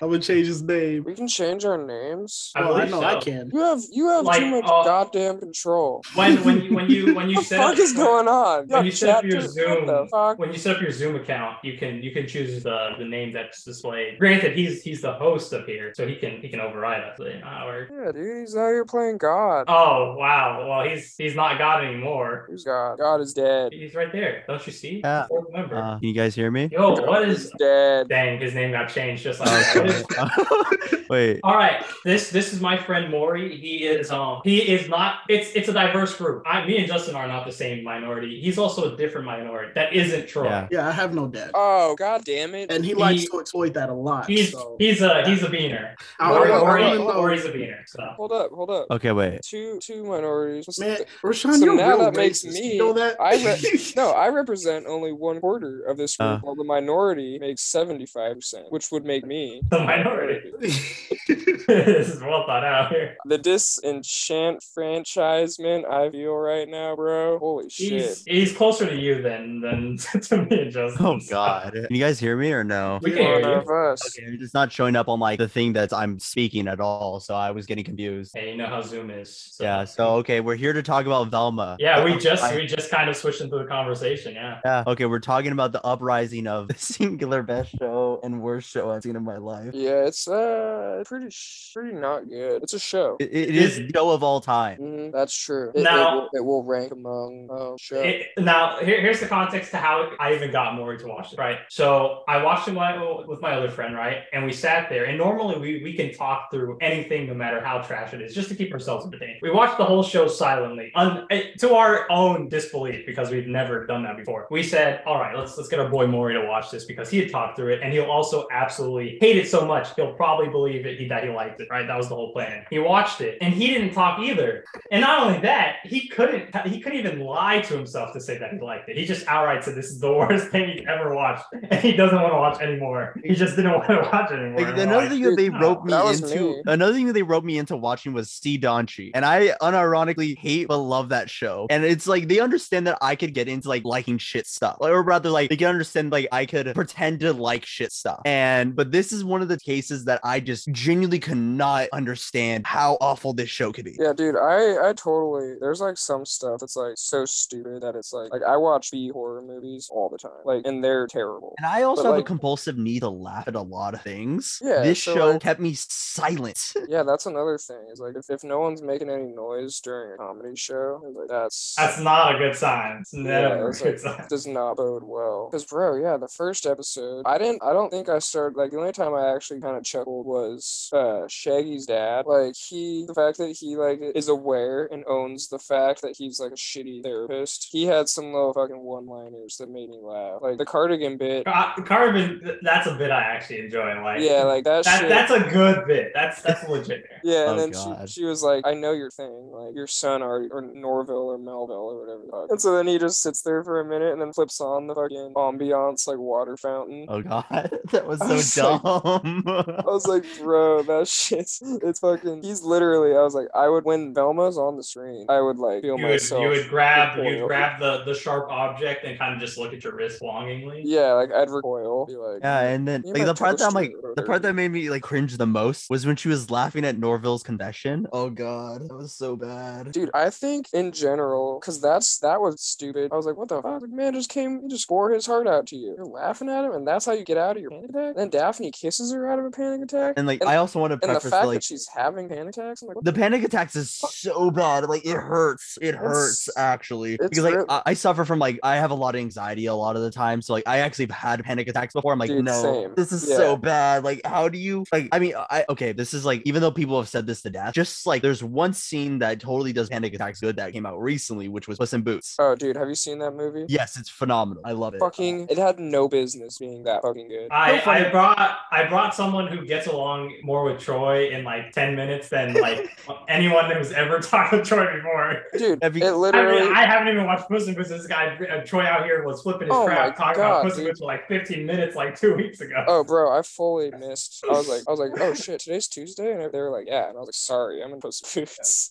I'm gonna change his name. We can change our names. I Well, I believe know so. I can. You have you have Like, too much uh, goddamn control. When when you when you when you *laughs* What the set up- fuck is going when on? Yeah, you set up your chapter- Zoom- What the fuck? when you set up your Zoom account, you can you can choose the the name that's displayed. Granted, he's he's the host up here, so he can he can override us. But, you know, how it works. Yeah, dude, he's out here playing God. *laughs* Oh wow! Well, he's he's not God anymore. Who's God? God is dead. He's right there. Don't you see? Yeah. Fourth member. Uh, can you guys hear me? Yo, God Oh, what is? dead? Dang, his name got changed. Just like. Oh, what is- sorry. *laughs* Wait. *laughs* All right, this this is my friend Maury. He is um he is not it's it's a diverse group. I me and Justin are not the same minority. He's also a different minority that isn't Troy. Yeah. Yeah, I have no dad, Oh god damn it! and he, likes he- to exploit that a lot. He's so. he's a he's a beaner. I, Maury, I, I, Maury, I, don't know. Maury's a beaner. So *laughs* Hold up, hold up. Okay, wait. Two two minorities. What's Man, the- Rashawn, So you're now real that racist. makes me- you know that? I re- no, I represent only one quarter of this group, Uh. while the minority makes seventy five percent, which would make me the minority. *laughs* this is well thought out here. Oh, The disenchant franchisement I feel right now, bro. Holy shit! He's he's closer to you than than *laughs* to me and Justin. Oh so- God. Can you guys hear me or no? We can hear One you. of us. Okay, it's not showing up on like the thing that I'm speaking at all, so I was getting confused. Hey, you know how Zoom is. so- Yeah. So okay, we're here to talk about Velma. yeah, we just we just kind of switched into the conversation. Yeah. Yeah. Okay, we're talking about the uprising of *laughs* the singular best show and worst show I've seen in my life. Yeah, it's uh pretty sh- pretty not good. It's a show. It- it Is- is the show of all time. Mhm, that's true. It, it Now- will, it will rank among um, show. It- now here, here's the context to how I even got Maury to watch it. Right. So I watched it when I- with my other friend, right? And we sat there, and normally we we can talk through anything, no matter how trash it is, just to keep ourselves entertained. We watched the whole show silently, un, eh, to our own disbelief, because we've never done that before. We said, "All right, let's let's get our boy Maury to watch this because he had talked through it, and he'll also absolutely hate it so much he'll probably believe it he, that he liked it." Right. That was the whole plan. He watched it, and he didn't talk either. And not only that, he couldn't he couldn't even lie to himself to say that he liked it. He just outright said this is the *laughs* worst thing he ever watched, and he doesn't want to watch anymore. He just didn't want to *laughs* watch it anymore. Like, And we're another like, thing that they no, roped me that was into, me. another thing that they roped me into watching was C. Donchi, and I unironically hate but love that show. And it's like they understand that I could get into like liking shit stuff, Like, or rather, like they can understand like I could pretend to like shit stuff. And but this is one of the cases that I just genuinely could not understand how awful this show could be. Yeah, dude, I I totally. There's like some stuff that's like so stupid that it's like like I watch B horror movies all the time, like and they're *laughs* terrible. And I also But, have like- a compulsive need to laugh at a lot of things. Yeah, this so, show like- kept me silent. *laughs* Yeah, that's another thing. Is like if, if no one's making any noise during a comedy show, it's like that's That's not a good sign. It's never Yeah, a it's good sign. does not bode well. Cause bro, yeah, the first episode, I didn't, I don't think I started. Like the only time I actually kind of chuckled was uh Shaggy's dad. Like he, the fact that he like is aware and owns the fact that he's like a shitty therapist. He had some little fucking one-liners that made me laugh. Like the cardigan bit. Uh, Carbon, th- that's a bit I actually enjoy. Like, Yeah, like that. that, shit. that's a good bit. That's that's legit. Yeah, and Oh, then God. she, she was like, I know your thing, like your son or, or Norville or Melville or whatever. the fuck." And so then he just sits there for a minute and then flips on the fucking ambiance, like water fountain. Oh god, *laughs* that was I so was like- dumb. I was like, *laughs* bro, that *laughs* shit's it's fucking. He's literally. I was like, I would when Velma's on the screen, I would like feel You would, myself. you would grab you recoil. would grab the the sharp object and kind of just look at your wrist longingly. Yeah, like I'd recoil. Be like, Yeah, and then You like the might part that I'm like toast the it. part that made me like cringe the most was when she was laughing at Norville's confession. Oh god, that was so bad. Dude, I think in general, because that's that was stupid. I was like, what the fuck? Like, man just came, he just wore his heart out to you. You're laughing at him, and that's how you get out of your panic attack. Then Daphne kisses her out of a panic attack. And like and, I also want to and the preface fact that that, like she's having panic attacks, I'm like, what the panic attacks is so bad. Like it hurts. It hurts It's- actually it's because like real- I, I suffer from like I have a lot of anxiety a lot of the time. So like I actually have had panic attacks before. I'm like Dude, no, same. this is Yeah. so bad. Like how do you like? I mean I okay this is like even though people have said this to death, just like there's one scene that totally does panic attacks good that came out recently, which was Puss in Boots. Oh, dude, have you seen that movie? Yes, it's phenomenal. I love it. Fucking, it had no business being that fucking good. I, No I fucking- brought I brought someone who gets along more with Troy in like 10 minutes than like *laughs* anyone who's ever *laughs* talked to Troy before. Dude, Have you- it I literally. mean, I haven't even watched Puss in Boots. This guy, uh, Troy out here, was flipping his Oh crap my talking God, about Puss in dude. Boots for like 15 minutes like two weeks ago. Oh, bro, I fully missed. I was like, I was like, oh shit, today's Tuesday, and they were like, yeah, and I was like, sorry, I'm in post *laughs* foods.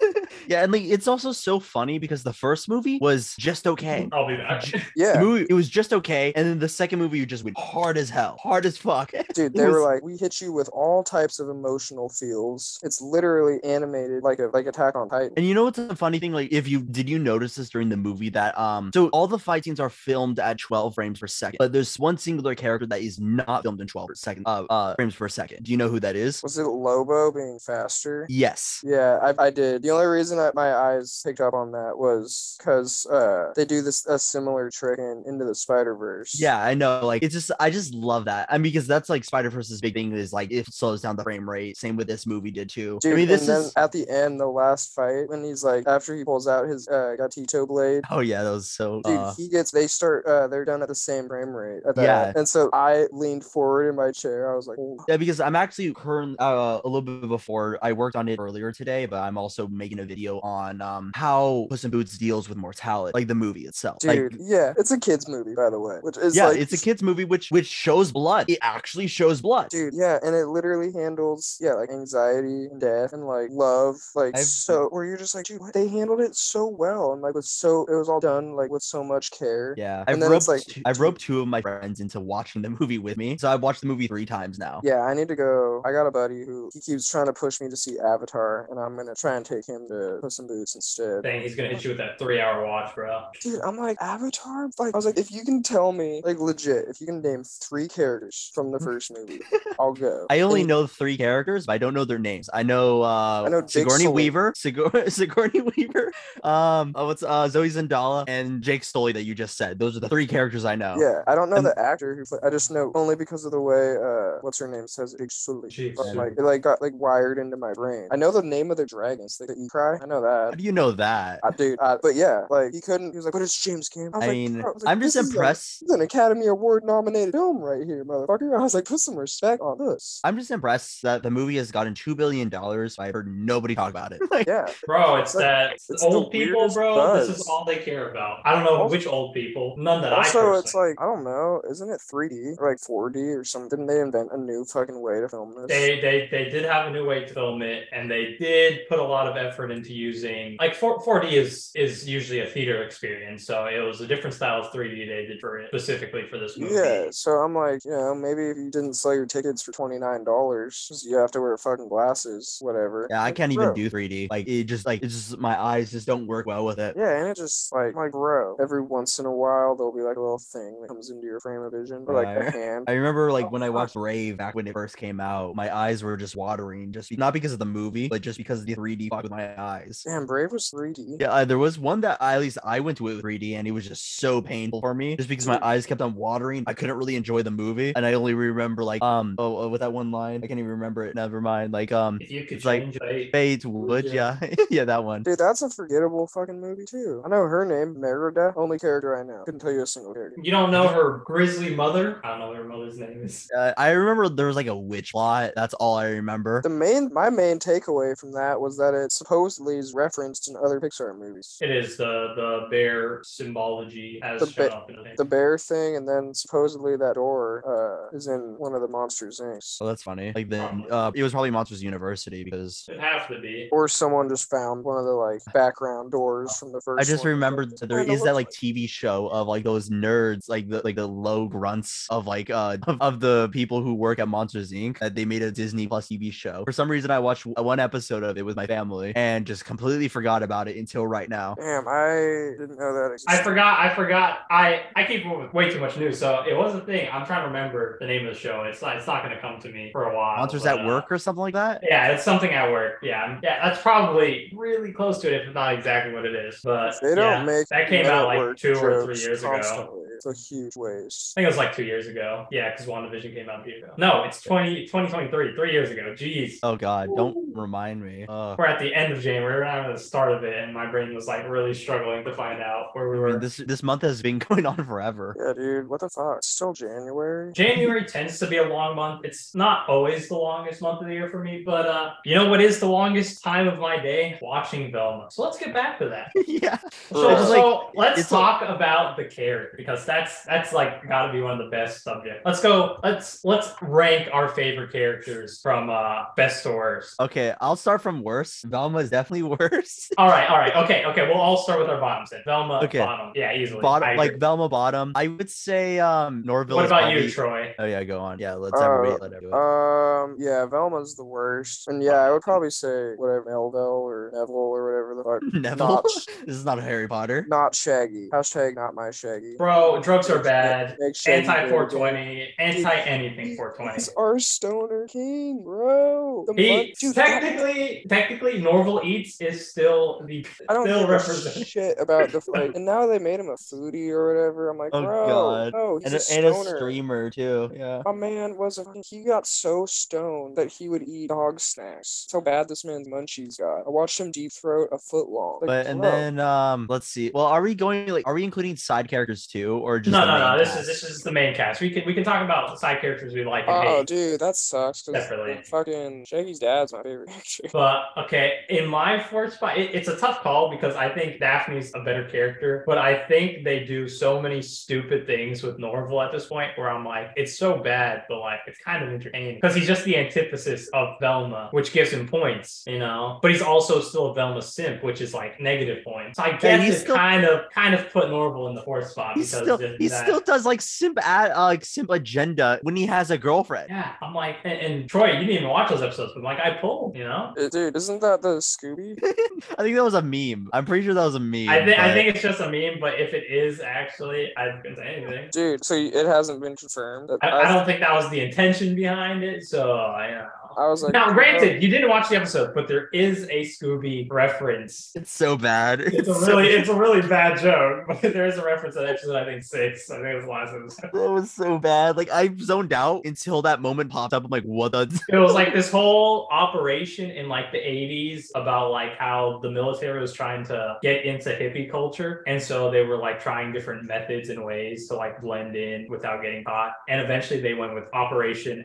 Yeah, and like it's also so funny because the first movie was just okay. *laughs* I'll be *laughs* back. The yeah, movie it was just okay, and then the second movie you just went hard as hell, hard as fuck. *laughs* dude, It they were was- like, we hit you with all types of emotional feels. It's literally animated like a like Attack on Titan. And you know what's a funny thing? Like, if you did you notice this during the movie that um, so all the fight scenes are filmed at 12 frames per second, but there's one singular character that is not filmed in 12 per second uh, uh frames per second. Do you know who that is? Was it Lobo being faster? Yes. Yeah, I, I did. The only reason I, my eyes picked up on that was because uh, they do this a similar trick in Into the Spider Verse. Yeah, I know. Like, it's just I just love that. I mean, because that's like Spider Verse's big thing is like it slows down the frame rate. Same with this movie did too. Dude, I mean, this and then is at the end, the last fight, when he's like, after he pulls out his uh, Gatito blade, *laughs* oh yeah, that was so. Dude, uh, he gets. They start. Uh, they're done at the same frame rate. At that. Yeah. And so I leaned forward in my chair. I was like, "Oh." Yeah, because I'm actually current uh, a little bit before I worked on it earlier today, but I'm also making a video on um how Puss in Boots deals with mortality, like the movie itself. dude. like, yeah, it's a kids movie, by the way, which is yeah, like, it's a kids movie which which shows blood. It actually shows *laughs* blood. Dude, yeah, and it literally handles yeah, like anxiety and death and like love, like I've- so where you're just like, dude, what? they handled it so well and like was so it was all done like with so much care. Yeah, And I've then it's roped, like- two, I've roped two of my friends into watching the movie with me, so I've watched the movie three times now. Yeah, I need to go. I got a buddy who he keeps trying to push me to see Avatar, and I'm gonna try and take him to Puss in Boots instead. Dang, he's gonna hit you with that three hour watch, bro. Dude, I'm like Avatar. Like, I was like, if you can tell me, like, legit, if you can name three characters from *laughs* the first movie, I'll go. I only And- know three characters, but I don't know their names. I know uh I know Jake Sigourney Sully. Weaver, Sigor- *laughs* Sigourney Weaver, um oh, what's uh Zoe Zendala and Jake Stolley that you just said. Those are the three characters I know. Yeah, I don't know And- the actor who. Played, I just know only because of the way, uh, what's her name says it. Jake Sully. Jake But, Sully. Like, it like got like wired into my brain. I know the name of the dragons. Like the E cry. I know How *laughs* that. do you know that? I, dude, I, but yeah, like he couldn't. He was like, but it's James Cameron. was I like, mean, "Bro," I was like, I'm just "This is a- impressed. This is an Academy Award nominated film right here, motherfucker. *laughs* I was like, put some respect on this. I'm just impressed that the movie has gotten two billion dollars. I've heard nobody talk about it. *laughs* Like, yeah. Bro, it's Like, that it's the old people, weirdest bro. This buzz. is all they care about. I don't know Also- which old people. None that I Also, personally. it's like I don't know, isn't it 3D or like 4D or something? Didn't they invent a new fucking way to film this? They, they they did have a new way to film it, and they did put a lot of effort into using like 4, 4D is is usually a theater experience, so it was a different style of 3D they did for it specifically for this movie. yeah, so I'm like, you know, maybe if you didn't sell your tickets for twenty nine dollars, you have to wear fucking glasses, whatever. yeah, I Like, can't even bro. do 3D. Like, it just like it's just my eyes just don't work well with it. Yeah, and it just like like bro, every once in a while there'll be like a little thing that comes into your frame of vision, or like Right. a hand. I remember like Oh, when I watched Brave back when it first came out, my eyes were just watering, just be- not because of the movie, but just because the 3D fucked with my *laughs* eyes. Damn, Brave was three D. Yeah, uh, there was one that I, at least I went to it with 3D, and it was just so painful for me, just because my Dude. eyes kept on watering. I couldn't really enjoy the movie, and I only remember like um oh, oh with that one line, I can't even remember it. Never mind. *laughs* Like um If you could It's like- change it, fades would Yeah. yeah *laughs* yeah that one. Dude, that's a forgettable fucking movie too. I know her name, Merida. Only character I know. Couldn't tell you a single character. you don't know her grizzly mother. I don't know what her mother's name is. Uh, I remember there was like a witch lot. That's all I remember. The main, my main takeaway from that was that it supposedly is referenced in other Pixar movies. It is the the bear symbology as The shown ba- up in the thing. The bear thing, and then supposedly that door uh, is in one of the Monsters Inc. Oh, that's funny. Like then Probably. uh, it was probably Monsters University because It'd have to be. Or someone just found one of the like background doors from the first. I just one. remembered that there Kinda is that "Oh, looks like TV show of like those nerds, like the like the low grunts of like uh *laughs* of, of the people who work at Monsters Inc. That they made a Disney Plus TV show. For some reason, I watched w- one episode of it with my family and just completely forgot about it until *laughs* right now. Damn, I didn't know that. I Existed. forgot. I forgot. I I keep up with way too much news, so it was a thing. I'm trying to remember the name of the show. It's not, it's not going to come to me for a while. Monsters but, at uh, Work or something like that. Yeah, it's something at work. Yeah, I'm- yeah, that's probably really close to it, if not exactly what it is. But They yeah, don't make that came metal out like work two or three jokes years ago. constantly. It's a huge waste. I think it was like two years ago. Yeah, because WandaVision came out a year ago. No, it's 20, 2023, three years ago. Jeez. Oh God, don't remind me. Ugh. We're at the end of January, we're not at the start of it, and my brain was like really struggling to find out where we I mean, were. this this month has been *laughs* going on *laughs* forever. Yeah, dude. What the fuck? It's still January. January tends to be a long month. It's not always the longest month of the year for me, but uh, you know what is the longest time of my day? Watching Velma. So let's get back to that. yeah. So, It's like- so let's it's like- talk about the character because that's that's like got to be one of the best subjects. Let's go. Let's let's rank our favorite characters from uh best to worst. Okay, I'll start from worse. Velma is definitely *laughs* worse. All right, all right, okay, okay. We'll all start with our bottoms then. Velma, Okay. bottom, yeah, easily. I Bottom, agree. like Velma bottom. I would say um Norville. what is about probably- you, Troy? Oh yeah, go on. Yeah, let's Uh, have a read. Let everyone. Um, yeah, Velma's the worst. And yeah, I would probably say whatever Melville or Neville or whatever the fuck. *laughs* Neville. Not, *laughs* this is not Harry Potter. not Shaggy. Hashtag not my Shaggy. Bro, drugs are bad. Make Shaggy Anti great again. 420, anti anything He's 420. our stoner king, bro. The He mon- dude, technically, technically, Norval Eats is still the I don't still give represented. a shit *laughs* about the fight. And now they made him a foodie or whatever. I'm like, Oh, bro, God. no, he's and a, a, and stoner. a streamer too. Yeah. *laughs* My man was a he got so stoned that he would eat dog snacks. That's how bad this man's munchies got. I watched him deep throat a foot long. Like, But and bro, then um let's see. Well, are we going like are we including side characters too or just No, the no, no. main This cast? is this is the main cast. We can we can talk about the side characters we like and Oh, hate. dude, that sucks. 'cause Definitely. Fucking Shaggy's dad's my favorite *laughs* character. But okay, in my fourth spot, it, it's a tough call because I think Daphne's a better character, but I think they do so many stupid things with Norval at this point where I'm like, it's so bad, but like it's kind of entertaining because he's just the antithesis of Velma, which gives him points, you know. But he's also still a Velma simp, which is like negative points. So I guess he's it still- kind of kind of put Norval in the fourth spot he because still of he that. still does like simp ad, uh, like simp agenda when he has a girlfriend. Yeah, I'm like, and, and Troy, you didn't even watch those episodes, but I'm like, I pulled, you know. Uh, Dude, isn't that the Scooby? *laughs* *laughs* I think that was a meme. I'm pretty sure that was a meme. I think I but- think it's just a meme, but if it is actually, I can say anything. Dude, so it hasn't been confirmed. I, I don't think that was the intention behind it, so I don't know. I was like, Now, bro, granted, you didn't watch the episode, but there is a Scooby *laughs* reference. it's so bad. *laughs* It's a so- really, it's a really bad joke, but *laughs* there is a reference to episode I think six. I think it was the last episode. that was so bad. Like I zoned out until that moment popped up. I'm like, what the *laughs* It was like this whole operation in like the 80s about like how the military was trying to get into hippie culture. And so they were like trying different methods and ways to like blend in without getting caught. And eventually they went with Operation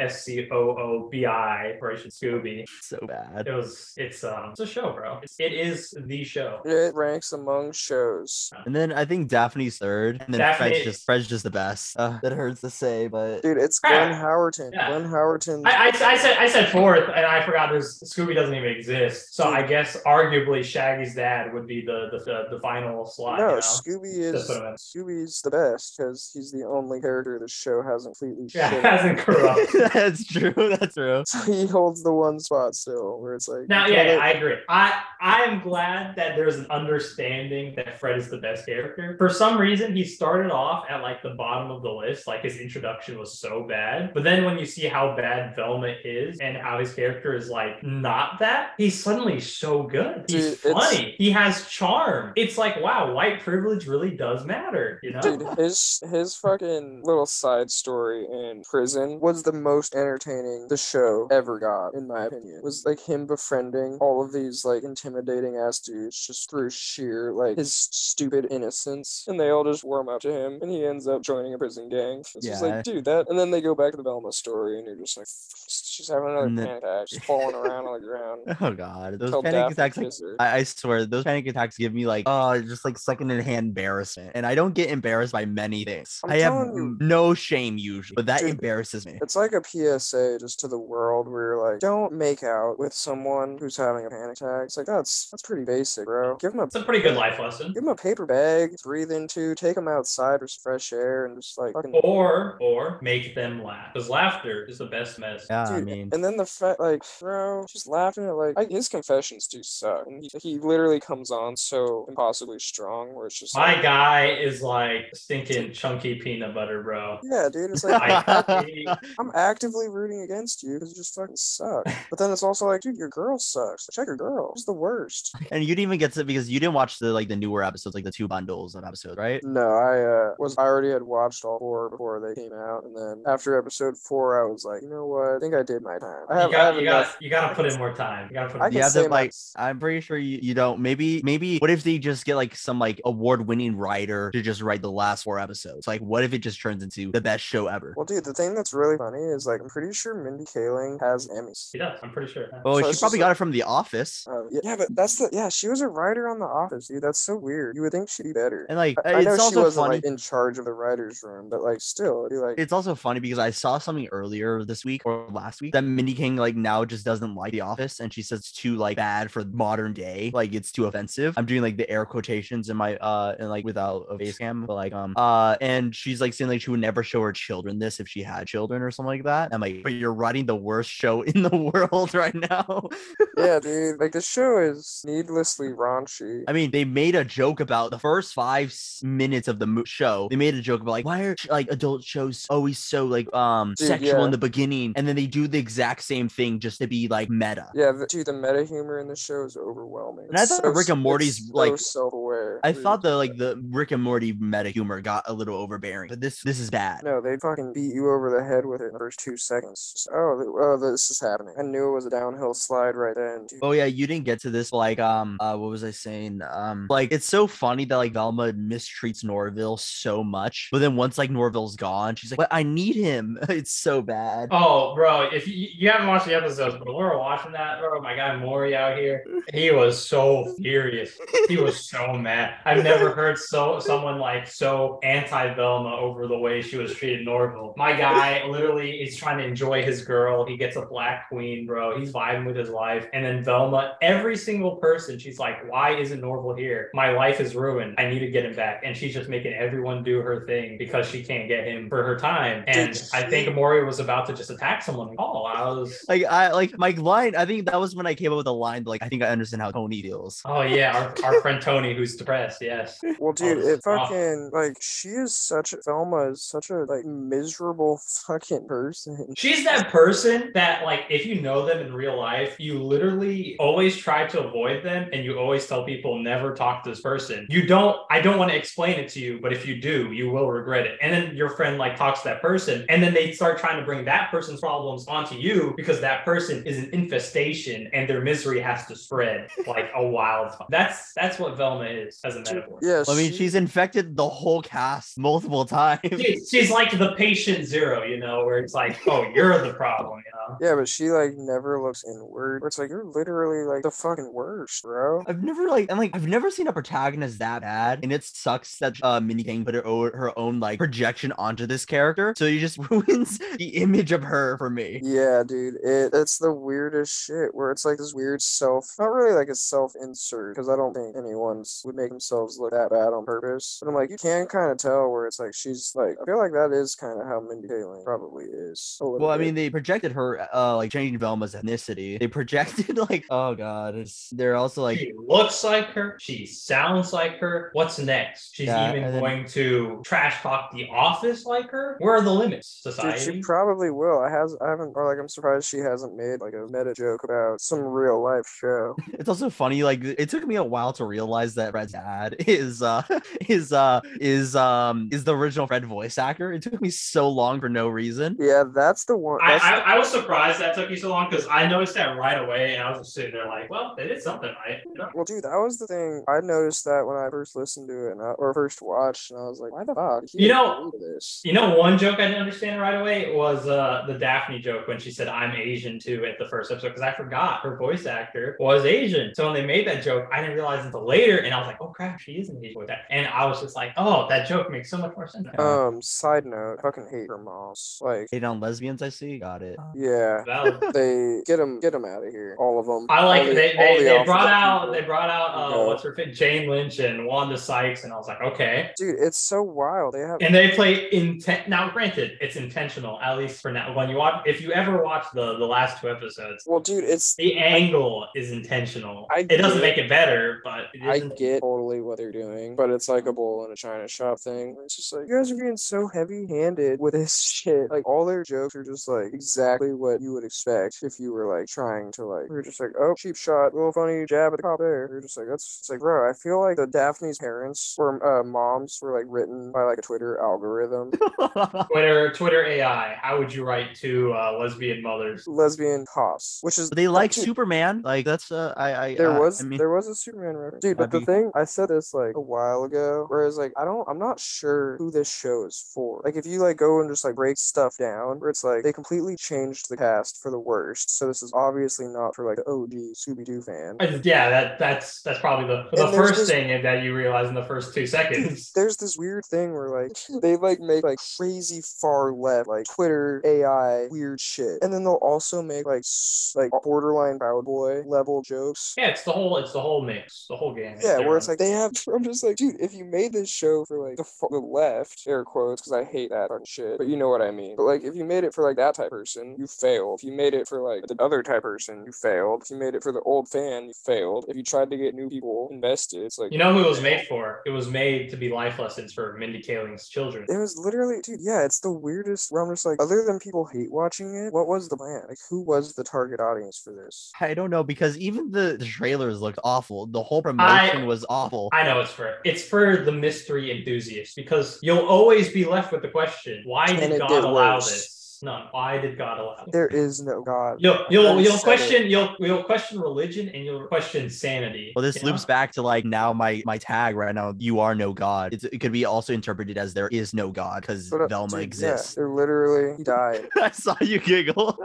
SCOOBI, Operation Scooby. so bad. It was, it's, um, it's a show, bro. It's, it is the show. it ranks among shows. And then I think Daphne's third, and then Daphne- Fred's just Fred's just the best. Uh, that hurts to say, but Dude, it's Crap. Glenn Howerton. Yeah. Glenn Howerton. I, I, I said I said fourth, and I forgot there's Scooby doesn't even exist. So I guess arguably Shaggy's dad would be the the, the, the final slot. no, you know? Scooby That's is what I meant. Scooby's the best because he's the only character the show hasn't completely Yeah, *laughs* shit. hasn't corrupted. *laughs* that's true. That's true. So *laughs* he holds the one spot still, where it's like Now, you yeah, kinda- yeah, I agree. I I am glad that there's an understanding that Fred is the best character. For some reason, he started off at like the bottom of the list. Like his introduction was so bad, but then when you see how bad Velma is and how his character is like not that, he's suddenly so good. He's Dude, it's- funny. He has charm. It's like wow, white privilege really does matter. You know. Dude, his his fucking little side story in prison was the most entertaining the show ever got, in my opinion. Was like him befriending all of these like intimidating ass dudes just through sheer like his stupid innocence, and they all just warm up to him, and he ends up joining a prison gang. It's just Yeah. like, dude, that. And then they go back to the Velma story, and you're just like, she's having another And then- panic attack, just falling around on the ground. Oh god, *laughs* those Till panic Daphne attacks. Like, kisses her. I, I swear, those panic attacks give me like, oh, just like secondhand embarrassment, and I don't get embarrassed by many things. I'm i have telling you. no shame usually, but that Dude. embarrasses me. It's like a PSA just to the world where you're like, don't make out with someone who's having a panic attack. It's like that's that's pretty basic, bro. Give them a It's a pretty good life lesson. give them a paper bag, breathe into, take them outside for some fresh air, and just like fucking. Or or make them laugh because laughter is the best medicine. Yeah, I Dude, mean, mean? And then the fact, like, bro, just laughing at like I, his confessions do suck. And he, he literally comes on so impossibly strong, where it's just My like, guy is like stinking chunky peanut butter, *laughs* bro. Yeah, *laughs* dude, it's like I hate- I'm actively rooting against you because you just *laughs* fucking suck. But then it's also like, dude, your girl sucks. Check your girl. She's the worst. and you didn't even get to because you didn't watch the like the newer episodes, like the two bundles of episodes, right? No, I uh, was I already had watched all four before they came out, and then after episode four, I was like, you know what? I think I did my time. I You have, I have got you enough. got you gotta put in more time. You gotta put I in can You have say to my- like. I'm pretty sure you, you don't. Maybe maybe what if they just get like some like award winning writer to just write the last four episodes? Like what if it just turns into the best show ever? Well, dude, the thing that's really funny is like I'm pretty sure Mindy Kaling has Emmys. He does. I'm pretty sure. Oh, so she it's probably just got it from The Office. Uh, yeah, yeah, but that's the yeah. She was a writer on The Office, dude. That's so weird. You would think she'd be better. And like I, I it's know she also wasn't funny. like in charge of the writers' room, but like still, be like, it's also funny because I saw something earlier this week or last week that Mindy King like now just doesn't like The Office and she says it's too like bad for modern day, like it's too offensive. I'm doing like the air quotations in my uh and like without a face cam, but like um uh and she's like saying like she would never show her children this if she had children or something like that. I'm like, but you're writing the worst show *laughs* in the world right now. yeah, dude. Like this show is needlessly raunchy. I mean, they made a joke about the first five s- minutes of the mo- show. They made a joke about like why are like adult shows always so like um Dude, sexual yeah. in the beginning, and then they do the exact same thing just to be like meta. Yeah, the, dude, the meta humor in the show is overwhelming. And I thought Rick and it's Morty's, so like- self-aware. I dude. thought the like the Rick and Morty meta humor got a little overbearing, but this this is bad. No, they fucking beat you over the head with it in the first two seconds. Just, oh, th- oh, this is happening. I knew it was a downhill slide right then. dude. Oh yeah, you didn't get to this. but, Like, um, uh, what was I saying? Um, like it's so funny that like Velma mistreats Norville so much, but then once like Norville's gone, she's like, "But I need him." *laughs* It's so bad. Oh, bro, if you, you haven't watched the episodes, but we were watching that, bro, my guy Maury out here, he was so furious. He was so mad. I've never heard so someone like so anti Velma over the way she was treated Norville. My guy literally is trying to enjoy his girl. He gets a black queen, bro. He's vibing with his life. And then Velma, every single person, she's like, Why isn't Norville here? My life is ruined. I need to get him back. And she's just making everyone do her thing because she can't get him for her time. And Did I she- think Maury was about to just attack someone and call. I was Like I like my line. I think that was when I came up with a line. Like I think I understand how Tony feels. Oh yeah, our, our friend Tony who's depressed, yes. oh, Well, dude, this it is awful. fucking like she is such Velma is such a like miserable *laughs* fucking person. She's that person that, like, if you know them in real life, you literally always try to avoid them and you always tell people never talk to this person. You don't, I don't want to explain it to you, but if you do, you will regret it. And then your friend, like, talks to that person and then they start trying to bring that person's problems onto you because that person is an infestation and their misery has to spread like a wildfire. That's, that's what Velma is as a Dude, metaphor. yeah, I mean, she- she's infected the whole cast multiple times. She- She's like the patient zero, you know, where it's like, oh, you're the problem, you know? Yeah, but she like never looks inward. Where It's like you're literally like the fucking worst, bro. *laughs* I've never like I'm like I've never seen a protagonist that bad, and it sucks that uh Minnie King put her, o- her own like projection onto this character, so it just *laughs* ruins the image of her for me. Yeah, dude, it it's the weirdest shit. Where it's like this weird self, not really like a self insert, because I don't think anyone's would make themselves look that bad on purpose. But I'm like, you can kind of tell where it's like she's like, I feel like that is kind of how Mindy Kaling probably is. a little Well, I bit. mean, they projected her uh like changing Velma's ethnicity. They projected *laughs* like oh god, it's they're also like she looks like her. She sounds like her. What's next? She's Yeah, even and then- going to trash talk the office like her. Where are the limits, Dude, society? she probably will. I has I haven't or like I'm surprised she hasn't made like a meta joke about some real life *laughs* show. It's also funny, like it took me a while to realize that Fred's dad *laughs* is uh is uh is um is the original Fred voice actor. It took me so long for no reason. Yeah, that's the one. I, that's I, I was surprised that took you so long because I noticed that right away, and I was just sitting there like, "Well, they did something right." No. Well, dude, that was the thing. I noticed that when I first listened to it and I, or first watched, and I was like, "Why the fuck?" did he You know- agree to this. You know, one joke I didn't understand right away was uh, the Daphne joke when she said, I'm Asian too at the first episode, because I forgot her voice actor was Asian. So when they made that joke, I didn't realize until later, and I was like, oh crap, she is an Asian voice actor. And I was just like, oh, that joke makes so much more sense. *laughs* now." Yeah. Um, side note, I fucking hate her moms. *laughs* Like, Hate on lesbians, I see. Got it. yeah, Valid. they get them, get them out of here, all of them. I like all the- they all they, the they alphabet brought out people. they brought out uh, Yeah. what's her fit Jane Lynch and Wanda Sykes and I was like okay Dude, it's so wild. They have and they play intent now granted it's intentional at least for now when you watch if you you ever watch the the last two episodes, Well, dude, it's the angle is intentional. I it doesn't get- make it better, but it I isn't. get totally what they're doing, but it's like a bowl in a china shop thing. It's just like you guys are getting so heavy-handed with this *laughs* shit. Like all their jokes are just like exactly what you would expect if you were like trying to like. You're just like, oh, cheap shot, little funny jab at the cop there. You're just like, that's it's like, bro. I feel like the Daphne's parents or uh, moms were like written by like a Twitter algorithm. Uh, *laughs* Twitter Twitter AI. How would you write to uh, lesbian mothers? Lesbian cops, which is they like Dude. Superman. Like that's uh, I I There uh, was I mean, there was a Superman reference, dude. But the Abby. thing I said this like a while ago, whereas like I don't I'm not sure who this show is for. Like if you like go and just like break stuff down, where it's like they completely changed the cast for the worst. So this is obviously not for like the OG Scooby Doo fan. I just- Yeah, that that's that's probably the the And there's first this- thing that you realize in the first two seconds. There's this weird thing where like they like make like crazy far left like Twitter AI weird shit, and then they'll also make like s- like borderline Proud Boy level jokes. Yeah, it's the whole it's the whole mix, the whole game. Yeah, where it's like they have. *laughs* I'm just like, dude, if you made this show for like the, fu- the left, air quotes, because I hate that fucking shit, but you know what I mean. But like, if you made it for like that type of person, you failed. If you made it for like the other type of person, you failed. If you made it for the old fan, you failed. If you tried to get new people invested, it's like you know who it was made for? It was made to be life lessons for Mindy Kaling's children. *laughs* It was literally, dude. Yeah, it's the weirdest. Where I'm just like, other than people hate watching it, what was the plan? Like, who was the target audience for this? *laughs* I don't know because even the, the trailers looked awful. The whole promotion was awful. I know it's for it's for the mystery enthusiast because you'll always be left with the question: Why And did it God did allow worse. this? No, why did God allow this? There is no god. You'll you'll already you'll said question you'll you'll question religion and you'll question sanity. Well, this you know? loops back to like now my my tag right now. You are no god. It's, it could be also interpreted as there is no god because But, uh, Velma dude, yeah, exists. *laughs* they're literally *laughs* he died. I saw you giggle.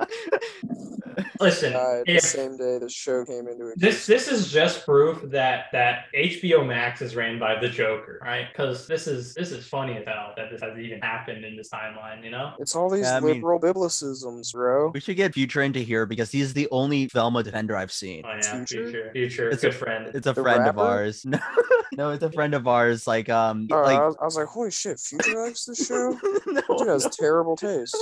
Listen, died the if same day the show came into it. this this is just proof that that HBO Max is ran by the Joker, right? Because this is this is funny as hell that this has even happened in this timeline. You know, It's all these Yeah, I mean- liberal biblicisms, bro. we should get Future into here because he's the only Velma defender I've seen. oh yeah, Future? future, future, It's good a- friend. It's a The friend of rapper? ours. *laughs* No, no, it's a friend of ours. Like um, All right, I, like Oh, was, I was like, holy shit, Future likes this *laughs* show? no, Dude has terrible taste.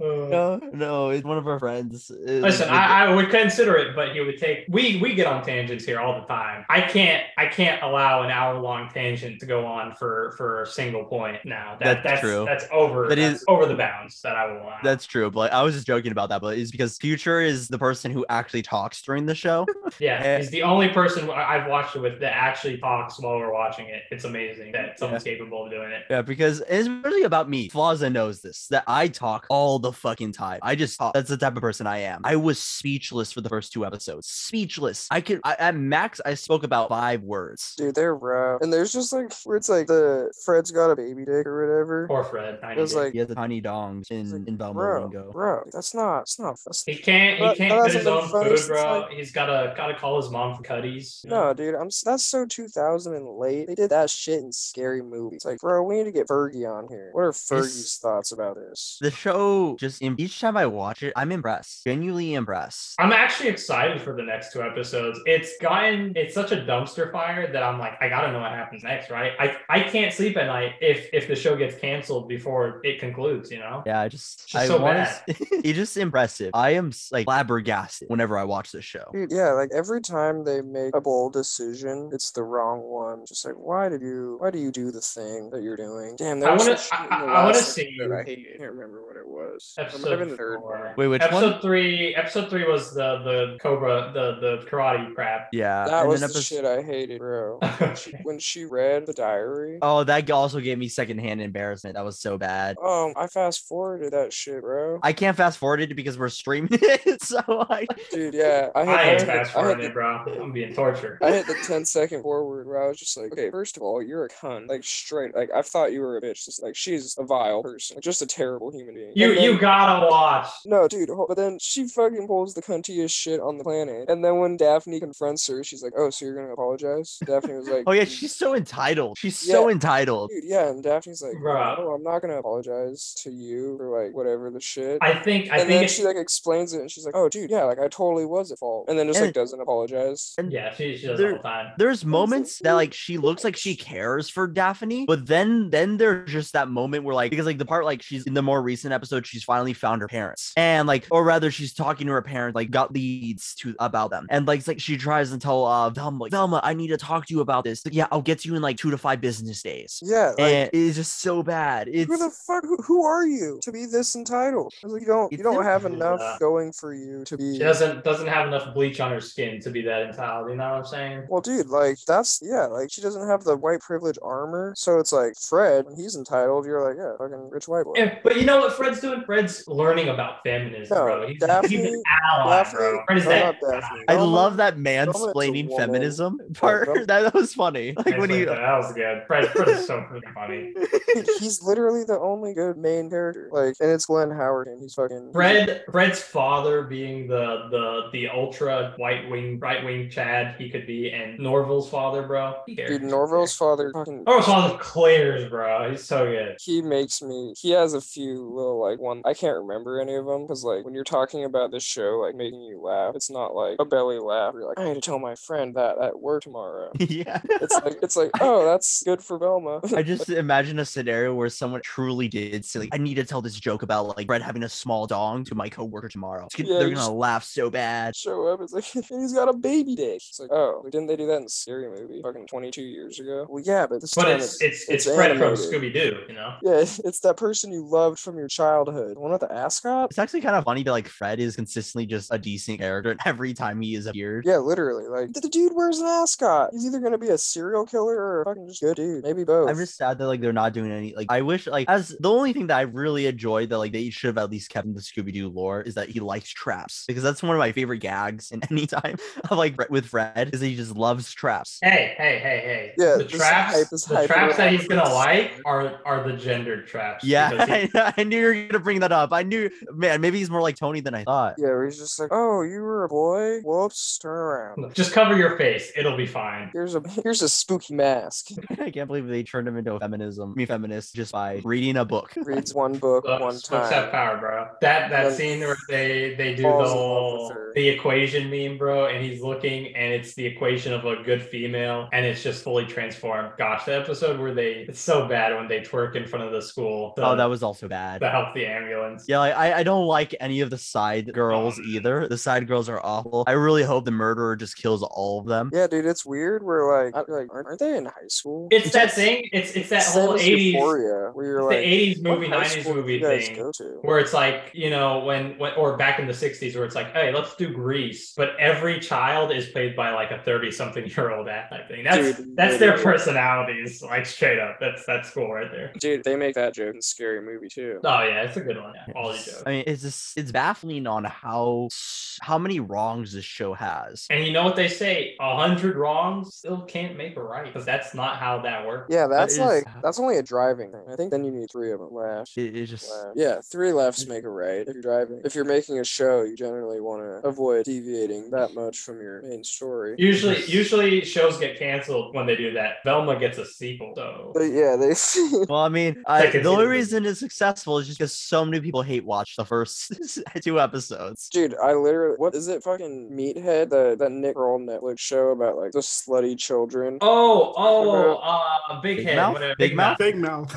Uh, no, no, it's one of our friends. It- Listen, it- I, I would consider it, but he would take. We we get on tangents here all the time. I can't I can't allow an hour long tangent to go on for for a single point now. That, that's That's that's, true. That's over. That that's is- over the bounds that I will allow. That's true, but like, I was just joking about that. But it's because Future is the person who actually talks during *laughs* the show. yeah. eh. He's the only person I- I've watched it with that actually talks while we're watching it. It's amazing that someone's capable of doing it. Yeah, because it's really about me. Flaza knows this that I talk all the fucking time. I just talk. That's the type of person I am. I was speechless for the first two episodes. Speechless. I could I, at max I spoke about five words. Dude, they're rough. And there's just like where it's like the Fred's got a baby dick or whatever. Poor Fred. I It was need to- like, He has a tiny dongs it's in like, in Velma bro, Ringo. bro, that's not, that's not. That's, he can't he That- that can't get hasn't his been own funny food, since, bro. like- He's gotta gotta call his mom for cuddies. no, dude, I'm. s- That's so 2000 and late. They did that shit in scary movies. Like, bro, we need to get Fergie on here. What are Fergie's thoughts about this? The show just im- each time I watch it, I'm impressed. Genuinely impressed. I'm actually excited for the next two episodes. It's gotten it's such a dumpster fire that I'm like, I gotta know what happens next, right? I I can't sleep at night if if the show gets canceled before it concludes, you know? Yeah, I just, It's just I so wanna bad. s- *laughs* it's just impressive. I am s- like flabbergasted whenever I watch this show. Dude, Mm, yeah, like every time they make a bold decision, it's the wrong one. Just like, why did you? Why do you do the thing that you're doing? Damn, that I was wanna- some shit in I- the I- I wanna last see- episode I hate it. I can't remember what it was. It might have been Episode the third four. one. Wait, which episode one? three episode three was the the Cobra the the karate crap. *laughs* Yeah, That and was then the epis- shit I hated, *laughs* bro. When she, when she read the diary, Oh, that also gave me secondhand embarrassment. That was so bad. um, I fast forwarded that shit, bro. I can't fast forward it because we're streaming *laughs* it. So I Dude, yeah, I hit, I ain't hit the- fast I hit forwarding, the- bro. I'm being tortured. I hit the 10 second forward where I was just like, okay, first of all, you're a cunt. Like, straight. Like, I thought you were a bitch. Just, like, she's a vile person. Like, just a terrible human being. You And then- you gotta watch. No, dude. hol- But then she fucking pulls the cuntiest shit on the planet. And then when Daphne confronts her, she's like, "Oh, so you're gonna apologize?" Daphne was like, *laughs* Oh yeah, she's so entitled. She's so entitled. Dude, yeah, and Daphne's like, Bruh. "No, I'm not gonna apologize to you for like whatever the shit." I think I and think then it, she like explains it, and she's like, "Oh, dude, yeah, like I totally was at fault," and then just And- like doesn't apologize. And yeah, she, she does There- all the time. there's moments that like she looks like she cares for Daphne, but then then there's just that moment where like because like the part like she's in the more recent episode, she's finally found her parents. And like, or rather, she's talking to her parents, like got leads to about them. And like it's like she tries to tell uh Velma, like, Velma, I need to talk to you about this. Like, yeah, I'll get to you in like two to five business days. Yeah, like and it's just so bad. It's who the fuck? Who, who are you to be this entitled? I was like, you don't you It's don't him. have enough Yeah. going for you to be. She doesn't doesn't have enough bleach on her skin to be that entitled. You know what I'm saying? Well, dude, like that's yeah, like she doesn't have the white privilege armor, so it's like Fred, when he's entitled. You're like, yeah, fucking rich white boy. And, but you know what Fred's doing? Fred's learning about feminism, No, bro. He's, Daphne- he's an ally, bro. Fred is no, that. *laughs* not Daphne. Oh I Velma- love that Velma's a mansplaining woman. feminism part. *laughs* Velma- that, that was funny. Like when Actually, you "Oh, that was good. Fred, Fred is so freaking funny. Dude, he's literally the only good main character. Like, and it's Glenn Howard, and he's fucking Fred, Fred's father being the the the ultra white wing right wing Chad he could be, and Norville's father, bro. He cares. Dude, Norville's father fucking. Norville's father clears, bro. He's so good. he makes me he has a few little like one i can't remember any of them because like when you're talking about this show like making you laugh it's not like a belly laugh where you're like i need to tell my friend that at work tomorrow *laughs* yeah. it's like it's like oh that's good for velma *laughs* I just imagine a scenario where someone truly did say, like, I need to tell this joke about like Brett having a small dong to my coworker tomorrow. It's gonna- Yeah, They're you gonna laugh so bad. show up it's *laughs* like and he's got a baby dick it's like oh like, didn't they do that in scary movie fucking 22 years ago well yeah but this But time it's it's it's, Fred from animated. Scooby Doo, you know. yeah *laughs* it's that person you loved from your childhood the one with the ascot It's actually kind of funny that like Fred is consistently just a decent character *laughs* and every time he is appeared. Yeah, literally. Like the, the dude wears an ascot. He's either gonna be a serial killer or a fucking just good dude. Maybe both. I'm just sad that like they're not doing any like I wish like as the only thing that I really enjoyed that like they should have at least kept in the Scooby Doo lore is that he likes traps because that's one of my favorite gags in *laughs* any time of like Fred- with Fred is that he just loves traps. Hey, hey, hey, hey. Yeah, the this traps, hype- this the hype traps that around he's gonna this. like are are the gendered traps. Yeah, because he- I, *laughs* I knew you were gonna bring that up. I knew, man. Maybe he's more like Tony than I thought. *laughs* Yeah, where he's just like, oh, you were a boy. Whoops, turn around. just cover your face; it'll be fine. Here's a *laughs* here's a spooky mask. I can't believe they turned him into a feminism, me feminist, just by reading *laughs* a book. Oh, Reads one book Books, one books have time. power, bro. That that Yeah. scene where they they do the Falls in love with whole her. the equation meme, bro, and he's looking, and it's the equation of a good female, and it's just fully transformed. Gosh, the episode where they it's so bad when they twerk in front of the school. To, Oh, that was also bad. to help the ambulance. Yeah, like, I, I don't like any of the side girls either. The side girls are awful. I really hope the murderer just kills all of them. Yeah, dude, it's weird. We're like, I- like, aren't, aren't they in high school? It's that thing. It's it's that Same whole as eighties, Euphoria, where you're the like, eighties what movie, high nineties school do movie you guys thing. go to? where it's like you know when, when or back in the 60s where it's like hey let's do grease but every child is played by like a 30 something *laughs* year old that type thing that's Dude, that's their literally. personalities like straight up that's that's cool right there Dude, they make that joke in Scary Movie too. oh yeah it's a good one yeah. *laughs* all the It's- jokes I mean, it's just it's baffling on how s- how many wrongs this show has. and you know what they say a hundred wrongs still can't make a right because that's not how that works Yeah, that's is- like that's only a driving thing. I think then you need three of them left. It, it just Left. Yeah, three lefts make a right if you're driving. If you're making a show, you generally want to avoid deviating that much from your main story. usually Yes. usually shows get canceled when they do that velma gets a sequel so But yeah, they. *laughs* Well, I mean, I, Second the only season. reason it's successful is just because so many people hate watch the first *laughs* two episodes. Dude, I literally what is it fucking meathead that that Nick Roll Netflix show about like the slutty children? oh oh uh big, Big head Mouth? whatever Big *laughs* Mouth? Big mouth.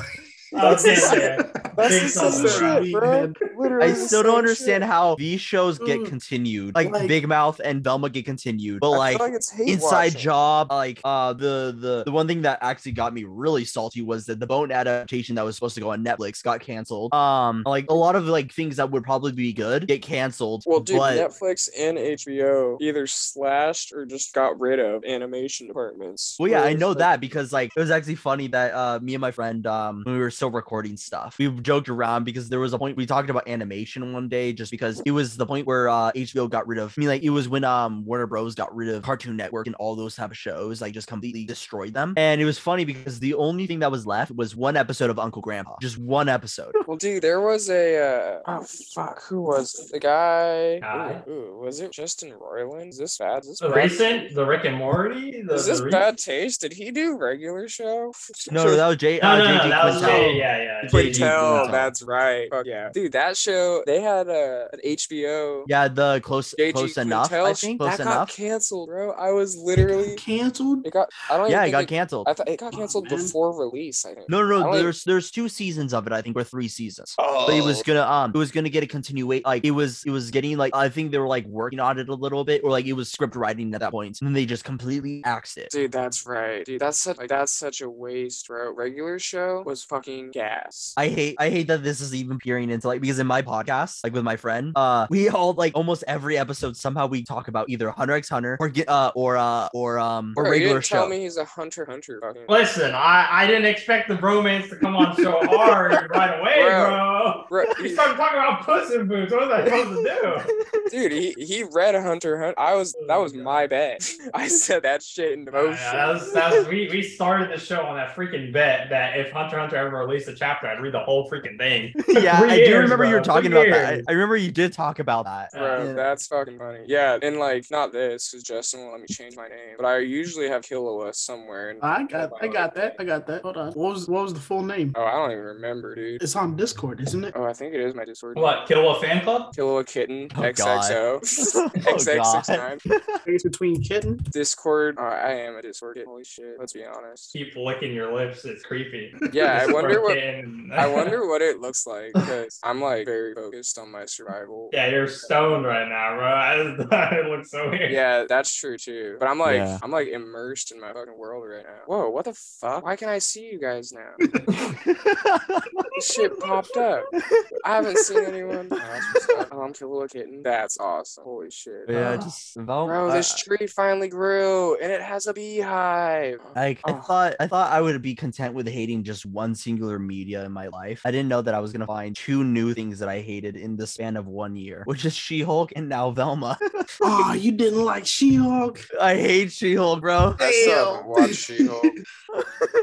Oh, it's in there. That's Big the Mouth, same bro. shit, bro. Literally I the still don't same understand shit. how these shows get Ugh. continued. Like, Like- Big Mouth and Velma get continued, but Mm. I like, feel like it's hate Inside watching. Job, like uh the the the one thing that actually got me really salty was that the Bone adaptation that was supposed to go on Netflix got canceled. Um, like a lot of like things that would probably be good get canceled. Well, dude, but Netflix and HBO either slashed or just got rid of animation departments. Well, yeah, Where I it's know like- that because like it was actually funny that uh me and my friend um when we were still recording stuff. We've joked around because there was a point we talked about animation one day, just because it was the point where uh, HBO got rid of. I mean, like it was when um Warner Bros got rid of Cartoon Network and all those type of shows, like just completely destroyed them. And it was funny because the only thing that was left was one episode of Uncle Grandpa, just *laughs* one episode. Well, dude, there was a uh, oh fuck, who was it? the guy? Guy? Ooh, ooh, was it Justin Roiland? Is this bad? Is this The bad? recent, the Rick and Morty. The, Is this the recent- bad taste? Did he do regular show? *laughs* No, no, that was J. No, uh, no, no, JG that was Quintel. yeah, yeah, yeah. J- Quintel, JG Quintel. that's right. Fuck yeah, dude, that show they had uh, an HBO. Yeah, the close, JG close enough. Quintel I sh- think that close got enough. canceled, bro. I was literally canceled. it got. I don't. yeah, it even got think canceled. I thought it got canceled man. before release. I think. no, no, I no. don't- There's there's two seasons of it. I think or three seasons. Oh, But it was gonna um it was gonna get a continuation like it was it was getting like I think they were like working on it a little bit or like it was script writing at that point and then they just completely axed it. Dude, that's right. Dude, that's such like that's such a waste, bro. Regular show was fucking gas. I hate I hate that this is even peering into like because in my podcast like with my friend uh we all like almost every episode somehow we talk about either Hunter X Hunter or get uh or uh or um or Bro, you regular didn't tell show. me he's a hunter hunter. Fucking. Listen, I, I didn't expect the bromance to come on *laughs* so hard right away, bro. Bro, You he- started talking about puss in boots. What was I supposed to do? dude, he, he read hunter hunter. I was that Oh, was God. my bad. *laughs* I said that Oh, shit in Yeah, motion. yeah, that was, that was, we, we started the show on that freaking bet that if Hunter x Hunter ever released a chapter, I'd read the whole freaking thing. *laughs* yeah, Three I do years, remember you bro, were talking three about that. years. I, I remember you did talk about that. *laughs* Bro, Uh, Yeah. that's fucking funny. Yeah, and like not this because Justin will let me change my name, but I usually have Killua somewhere. And, I got, I got that. I got that. Hold on. What was, what was the full name? oh, I don't even remember, dude. It's on Discord, isn't it? Oh, I think it is my Discord. name. What, Killua Fan Club? Killua Kitten Oh, God. *laughs* XXO *laughs* Oh, XX69. *laughs* Space between kitten. Discord. Oh, I am a Discord. kid. Holy shit. Let's be honest. Keep licking your lips. It's creepy. Yeah, I Just wonder what freaking- I *laughs* wonder what it looks like because I'm like very focused on my survival. yeah, you're stoned right now, bro. *laughs* I, it looks so weird. Yeah, that's true too. But I'm like Yeah. I'm like immersed in my fucking world right now. Whoa, what the fuck? Why can I see you guys *laughs* now? This shit popped up. I haven't seen anyone. Oh, that's what's up. Oh, I'm Killua Kitten. That's awesome. Holy shit. Oh. yeah, just uh, about Bro, this tree finally grew and it has a beehive. Like I Oh. thought, I thought I would be content with hating just one singular media in my life. I didn't know that I was gonna find two new things that I hated in the span of one year, which is She-Hulk and now Velma. *laughs* Oh, you didn't like She-Hulk. I hate She-Hulk, bro. I still haven't Damn. watched *laughs* She-Hulk.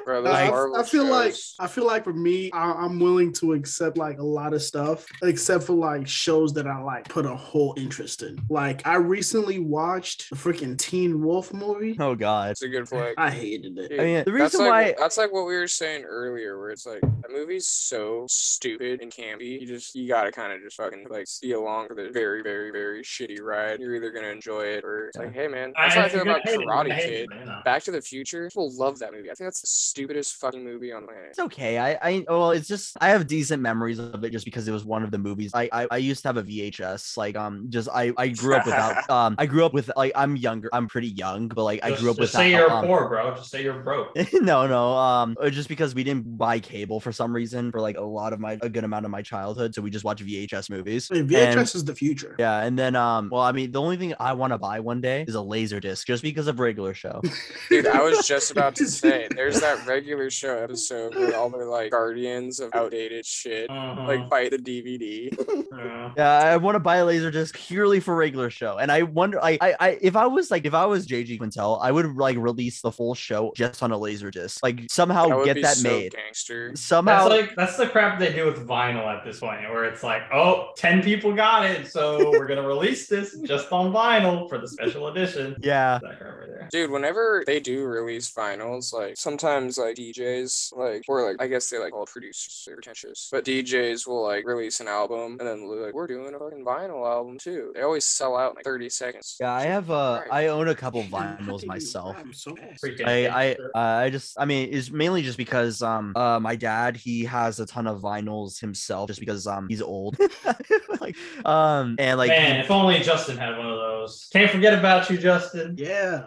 Bro, those I- Marvel I, feel like shows. I feel like for me, I, I'm willing to accept like a lot of stuff, except for like shows that I like put a whole interest in. Like I recently watched the freaking Teen Wolf movie. *laughs* Oh God. It's a good flick. I hated it. Dude, I mean, the that's reason like, why- that's like what we were saying earlier, where it's like that movie's so stupid and campy. You just you gotta kind of just fucking like see along for the very, very, very shitty ride. You're either gonna enjoy it or it's like, hey man, that's I, how I feel you're about gonna hate it, Karate you're gonna hate Kid. it, you know. Back to the Future. People love that movie. I think that's the stupidest fucking movie on the planet. It's okay. I, I, well, it's just I have decent memories of it just because it was one of the movies. I, I, I used to have a VHS. Like, um, just I, I grew up without. Um, I grew up with like I'm younger. I'm pretty young, but like I Just- grew up just with. say you're um, poor, bro. Just say you're *laughs* broke. no, no. Um, uh, just because we didn't buy cable for some reason for like a lot of my a good amount of my childhood, so we just watch VHS movies. I mean, And- VHS is the future. yeah, and then um, well, I mean, the only thing I want to buy one day is a laser disc, just because of regular show. Dude, I was just about *laughs* to say, there's that regular show episode where all the like guardians of outdated shit like Mhm. fight the *laughs* DVD. Yeah. yeah, I want to buy a laser disc purely for regular show, and I wonder, I, I, I, if I was like, if I was JG Quintel, I would like release the full show just on a laser disc, like somehow would get be that so made. Gangster. Somehow, That's like that's the crap they do with vinyl at this point, where it's like, oh, 10 people got it, so we're gonna release this just on vinyl for the special edition. *laughs* yeah, That crap right there. Dude, whenever they do release vinyls, like sometimes like DJs, like or like I guess they like all producers, they're pretentious, but DJs will like release an album and then like we're doing a fucking vinyl album too. They always sell out in like thirty seconds. yeah. I have, uh, Christ. I own *laughs* a couple Man, how can vinyls you myself. rhyme so fast? Freaking I gangster. I uh, I just I mean it's mainly just because um uh my dad he has a ton of vinyls himself just because um he's old *laughs* like um and like *laughs* Man, if only Justin had one of those. Can't forget about you, Justin. *laughs* Yeah.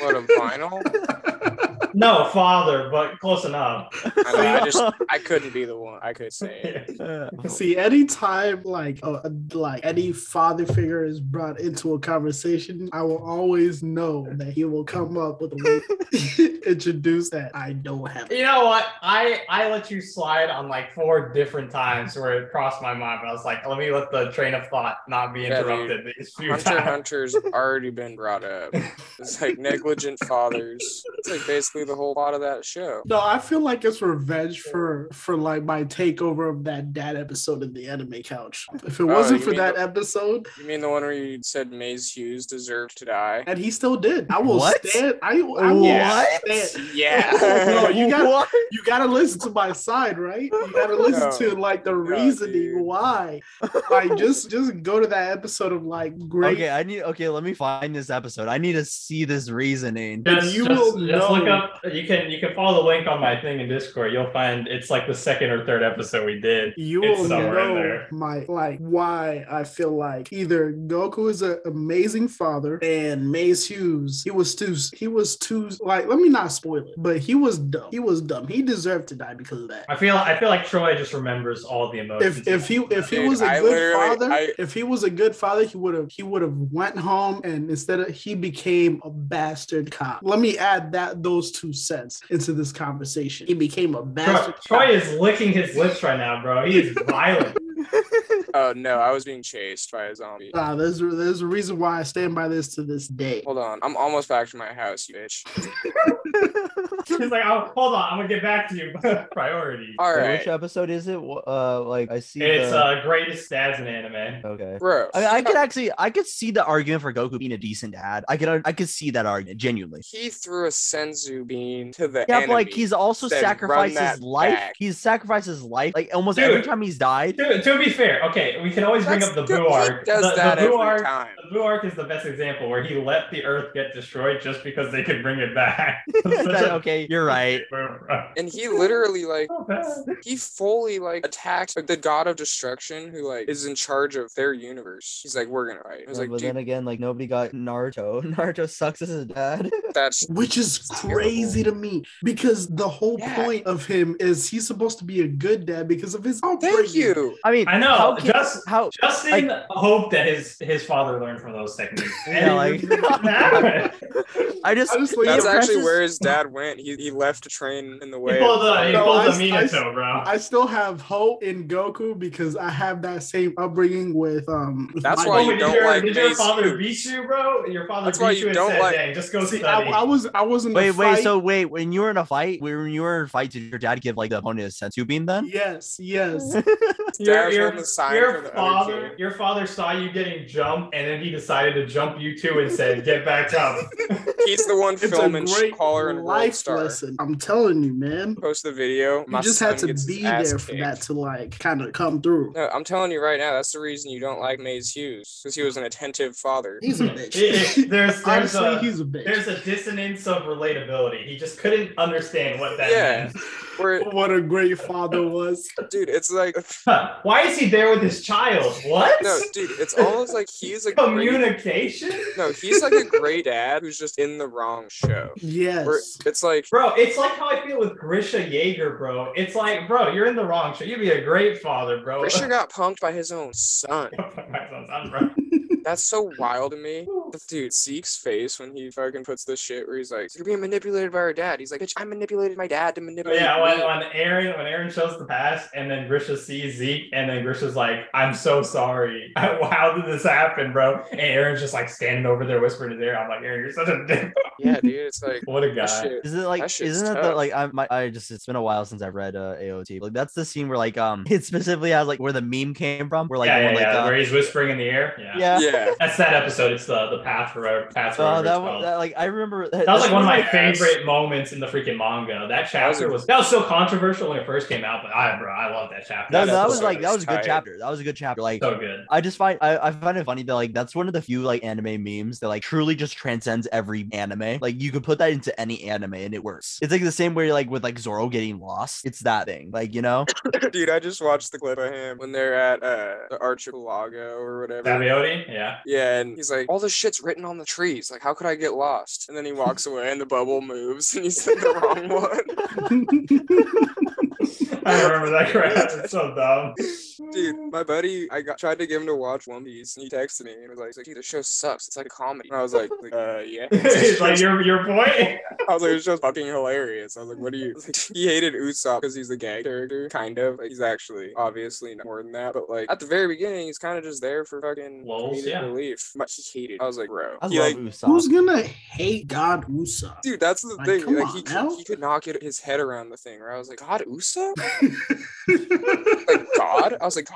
What a vinyl! No, father, but close enough. I, mean, I *laughs* just I couldn't be the one. I could say *laughs* it. See, anytime like uh, like any father figure is brought into a conversation, I will always know that he will come up with a *laughs* way to introduce that I don't have. You know what? I I let you slide on like four different times where it crossed my mind, but I was like, let me let the train of thought not be Yeah, dude. interrupted these few Hunter x *laughs* times. Hunter's already been brought up. It's like negligent fathers. It's like basically the whole lot of that show. No, I feel like it's revenge for for like my takeover of that dad episode in the anime couch. If it Oh, wasn't you for mean that the- episode, You mean the one where you said Maze Hughes deserved to die? and he still did, I will What? stand. I, I will What? *laughs* stand. No, Yeah. *laughs* you got- What? You gotta listen to my side, right? You gotta listen No. to like the reasoning dude. why. *laughs* Like just just go to that episode of like great. *laughs* Okay, I need. Okay, let me find this episode. I need to see *laughs* this reasoning. *laughs* But Just, you you will just, just look know. up. You can you can follow the link on my thing in Discord. You'll find it's like the second or third episode we did. You It's will somewhere in know there. my like why I feel like either Goku is an amazing father and Mace Hughes he was too he was too like let me not spoil it but he was dumb he was dumb he deserved to die because of that. I feel I feel like Troy just remembers all the emotions. If if he if he Dude, was a I good literally- father I- if he was a good father he would have he would have went home and instead of he became a bastard cop. Let me add that those two cents into this conversation. He became a Troy, bastard. Troy cop. is licking his lips right now, bro. He is *laughs* violent. Oh no, I was being chased by a zombie. Nah, Uh, there's there's a reason why I stand by this to this day. Hold on, I'm almost back to my house, you bitch. He's like, oh, hold on, I'm gonna get back to you. *laughs* Priority. All Wait, right, Which episode is it? Wha- Uh, like I see. It's the- uh greatest dads in anime. okay. bro. I, mean, *laughs* I could actually, I could see the argument for Goku being a decent dad. I could, I could see that argument genuinely. He threw a senzu bean to the Yeah, but enemy. like he's also said, "Run sacrificed that his life. back." He's sacrificed his life. Like almost Dude. every time *laughs* he's died. *laughs* To, to be fair, okay, we can always bring That's- up the dude, Boo arc. He does the, that the Boo every arc, time. The Boo arc is the best example where he let the Earth get destroyed just because they could bring it *laughs* back. *laughs* Such That- a- okay, *laughs* you're right. And he literally like *laughs* Bro. he fully like attacked like, the god of destruction who like is in charge of their universe. He's like, we're gonna fight. I was Yeah, like, but dude, then again, like nobody got Naruto. *laughs* Naruto sucks as a dad. that's which is terrible. crazy to me because the whole Yeah. point of him is he's supposed to be a good dad because of his upbringing. thank you. *laughs* I mean, I know, How can- just- *laughs* how? Justin hoped that his his father learned from those *laughs* techniques. Yeah, like- *laughs* I just. Honestly, That's actually He impresses- where his dad went. He, he left a train in the he way. pulled a, he No, pulled a I- Minato, bro. I still have hope in Goku because I have that same upbringing with um. with That's my- why Oh, you did don't your, like did your Mace father Hughes. beat you, bro? Your father That's beat why you you and don't said, like- "Dang, just go See, I, study." I was I was in Wait, a wait. fight. So wait, when you were in a fight, when you were in a fight, did your dad give like the opponent a sensu bean then? yes, *laughs* yes. your, Dash on your, the sign your for the other father, kid. your father saw you getting jumped, and then he decided to jump you too and said, "Get back up." He's the one It's filming a great Caller and World life Star. lesson. I'm telling you, man. Post the video. You just had to be there for that to like kind of come through. No, I'm telling you right now, that's the reason you don't like Maze Hughes because he was an attentive father. *laughs* He's a It- it- bitch. there's there's Honestly, a, he's a bitch. there's a dissonance of relatability. He just couldn't understand what that Yeah. means. Where, *laughs* what a great father was. dude, it's like Huh, Why is he there with his child? What? no, dude, it's almost like he's a great, Communication, no, he's like a great dad who's just in the wrong show. Where Yes. it's like, bro. It's like how I feel with Grisha Yeager, bro. It's like, bro, you're in the wrong show. You'd be a great father, bro. *laughs* Richard got punked by his own son. My son's not, bro. That's so wild to me. Dude, Zeke's face when he fucking puts this shit where he's like, You're being manipulated by our dad. He's like, Bitch, I manipulated my dad to But manipulate. yeah, when, you." when Aaron when Aaron shows the pass and then Grisha sees Zeke and then Grisha's like, I'm so sorry. *laughs* How did this happen, bro? And Aaron's just like standing over there whispering in his ear. I'm like, Aaron, you're such a *laughs* dick. yeah, dude, it's like, *laughs* What a guy. shit. Is it like That shit's isn't that the tough. like I my, I just it's been a while since I've read uh, AOT. Like that's the scene where like um *laughs* it specifically has like where the meme came from where like uh, yeah, yeah, when, yeah. where like, he's whispering in the air. uh, Yeah. yeah. Yeah. That's that episode. It's the the path for path for that, Uh, that, one, that like I remember that was like one of my *laughs* Yes. favorite moments in the freaking manga. That chapter was that was so controversial when it first came out, but I bro, I love that chapter. that, That, That's that was episode like that is was a good tight. chapter. That was a good chapter. Like was so good. I just find I, I find it funny that like that's one of the few like anime memes that like truly just transcends every anime. Like you could put that into any anime and it works. It's like the same way like with like Zoro getting lost. It's that thing. Like you know. Dude, I just watched the clip of him when they're at uh, the archipelago or whatever. Savioti? Yeah. *laughs* Yeah. Yeah, and he's like, all this shit's written on the trees. Like, how could I get lost? And then he walks away, and the bubble moves, *laughs* and he's in the wrong one. I remember that crap. It's so dumb. Dude, my buddy, I got, tried to get him to watch One Piece, and he texted me and was like, he's like, "Dude, the show sucks. It's like a comedy." And I *laughs* was like, like, "Uh, yeah." it's like your your point. I was like, "It's just fucking hilarious." I was like, "What do *laughs* you?" Like, *laughs* he hated Usopp because he's a gag character, kind of. Like, he's actually obviously not more than that, but like at the very beginning, he's kind of just there for fucking Lulz, comedic yeah. relief. My, he hated. I was like, "Bro, I he, love like, Usopp. Who's gonna hate God *laughs* Usopp? dude, that's the Like, thing. come Like on he, now. could, he could not get his head around the thing." Where I was like, "God, Usopp, like God?" I was like,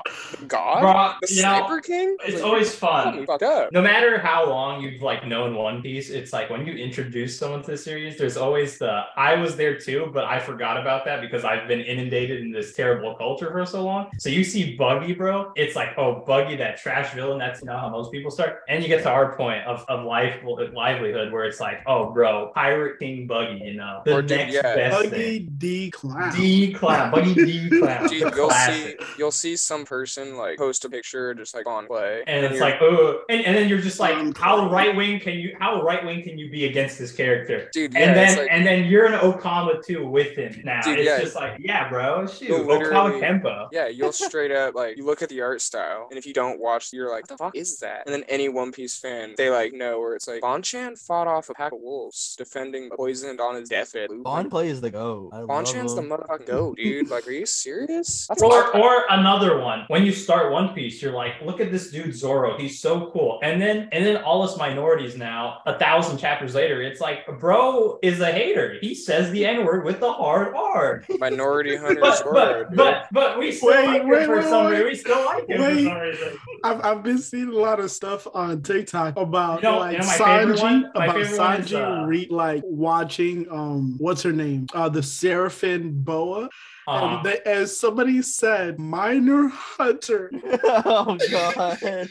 *laughs* "God, Bro, the you know, Sniper King." I was it's like, always "Holy fun. fuck up. No matter how long you've like known One Piece, it's like when you introduce someone to the series, there's always the I was there too, but I forgot about that because I've been inundated in this terrible culture for so long. So you see Buggy, bro, it's like, oh, Buggy, that trash villain, that's not how most people start. And you get to our point of, of life livelihood where it's like, oh bro, Pirate King Buggy, you know, the Or dude, next yeah. best Buggy D Clown. thing. D clown, Buggy D clown. Dude, the you'll see classic. you'll see some person like post a picture just like on play, and it's you're- like oh and, and then you're just like Um, how right wing can you how right wing can you be against this character dude, yeah, and it's then like, and then you're an okama too with him now Dude, it's yeah. just like yeah bro shoot You'll literally- okama kempo yeah, you'll straight up like you look at the art style, and if you don't watch, you're like, what the fuck is that? And then any One Piece fan, they like know where it's like Bonchan fought off a pack of wolves defending poisoned on his deathbed. Bon play is the go. I love Bonchan's the him. motherfucking goat, dude. Like, are *laughs* you serious? That's or, or another one when you start one piece you're like look at this dude zoro he's so cool and then and then all us minorities now a thousand chapters later it's like bro is a hater he says the n-word with the hard r minority hunter but Zoro, but dude. but but we still Wait, like him wait, for wait, some wait. reason we still like him for Wait. some reason I've, I've been seeing a lot of stuff on TikTok about You know- like you know my favorite Sanji one? My about favorite one is, Sanji uh, re- like watching um what's her name uh the Seraphim Boa Uh-huh. and, they, and somebody said minor hunter *laughs* oh god. *laughs*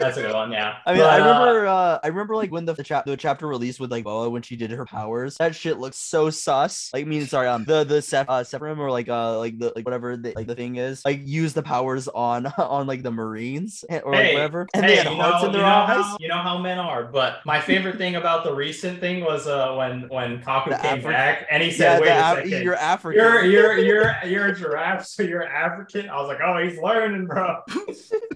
That's a good one, yeah. I mean, But, I uh, remember, uh, I remember like when the, the chap the chapter released with like Boa when she did her powers. That shit looks so sus. Like, I mean, sorry, um, the the Seph- uh, Sephirim or like uh like the like whatever the, like the thing is, like use the powers on *laughs* on like the Marines and- or like Hey, whatever, and they hey, had you hearts know, in their you know eyes. how, you know how men are, but my favorite thing about the recent thing was uh when when Kaku The came Afri- back and he yeah, said, "Wait the a Af- second, you're you're African. you're *laughs* you're you're a giraffe, so you're African." I was like, "Oh, he's learning, *laughs* bro."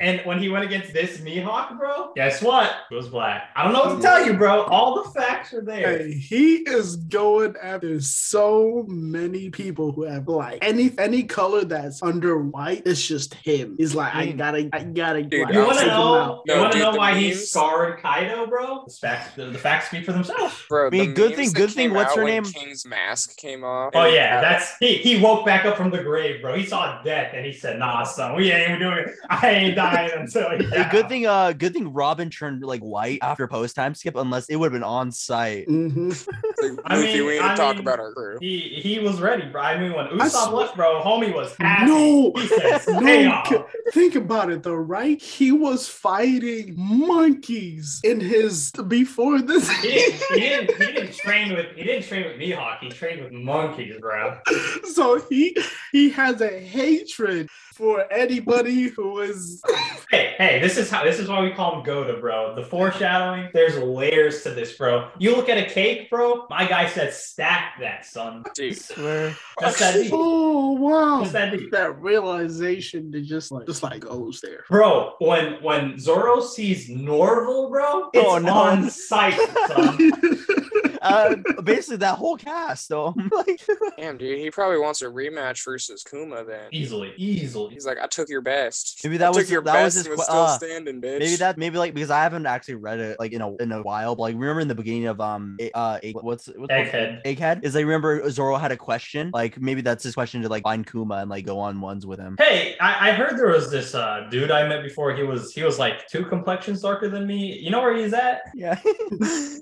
and when he went against this Mihawk, bro, guess what? It was black. I don't know what to tell you, bro. All the facts are there. Hey, he is going after so many people who have like any any color that's under white it's just him he's like i Mm. gotta i gotta Dude, like, Hmm. You want take to him know? out. You No, want to dude, know the why he memes- scarred Kaido, bro? The facts, the, the facts speak for themselves. bro, I mean, the good memes thing- that good thing, came what's out her when name? King's mask came off. Oh and uh, yeah, that- that's he. He woke back up from the grave, bro. He saw death, and he said, "Nah, son, we ain't doing it. *laughs* I ain't dying until." He Hey, good thing, uh, good thing Robin turned like white after post time skip, unless it would have been on site. Mhm. Like, I Luffy, mean- we need to I talk mean- about our crew. He he was ready, bro. I mean, when I Usopp sw- left, bro, homie was happy. No. he says, No, "Hey, c- think about it though, right? He was fighting monkeys in his before this. *laughs* He didn't, he didn't he didn't train with he didn't train with Mihawk. He trained with monkeys, bro. so he he has a hatred for anybody who *laughs* is Hey, hey, this is how this is why we call him Goda, bro. The foreshadowing. There's layers to this, bro. You look at a cake, bro. My guy said, "Stack that, son." Dude, Swear. Just that deep. oh wow Just that deep. that realization that just like just like goes *laughs* there. Bro, when when Zoro sees Norval, bro, it's Oh, no. on sight, son. *laughs* Uh, basically that whole cast. So I'm *laughs* like, damn, dude, he probably wants a rematch versus Kuma then. easily, easily. He's like, I took your best. Maybe I that took was- your that was best his and was que- still uh, standing, bitch. *laughs* maybe that *laughs* maybe like because I haven't actually read it like in a in a while. But like remember in the beginning of um A- uh A- what's what's Egghead. Egghead is I remember Zoro had a question like maybe that's his question to like find Kuma and like go on ones *laughs* with him. Hey, I, I heard there was this uh, dude I met before. He was he was like two complexions darker than me. You know where he's at? Yeah,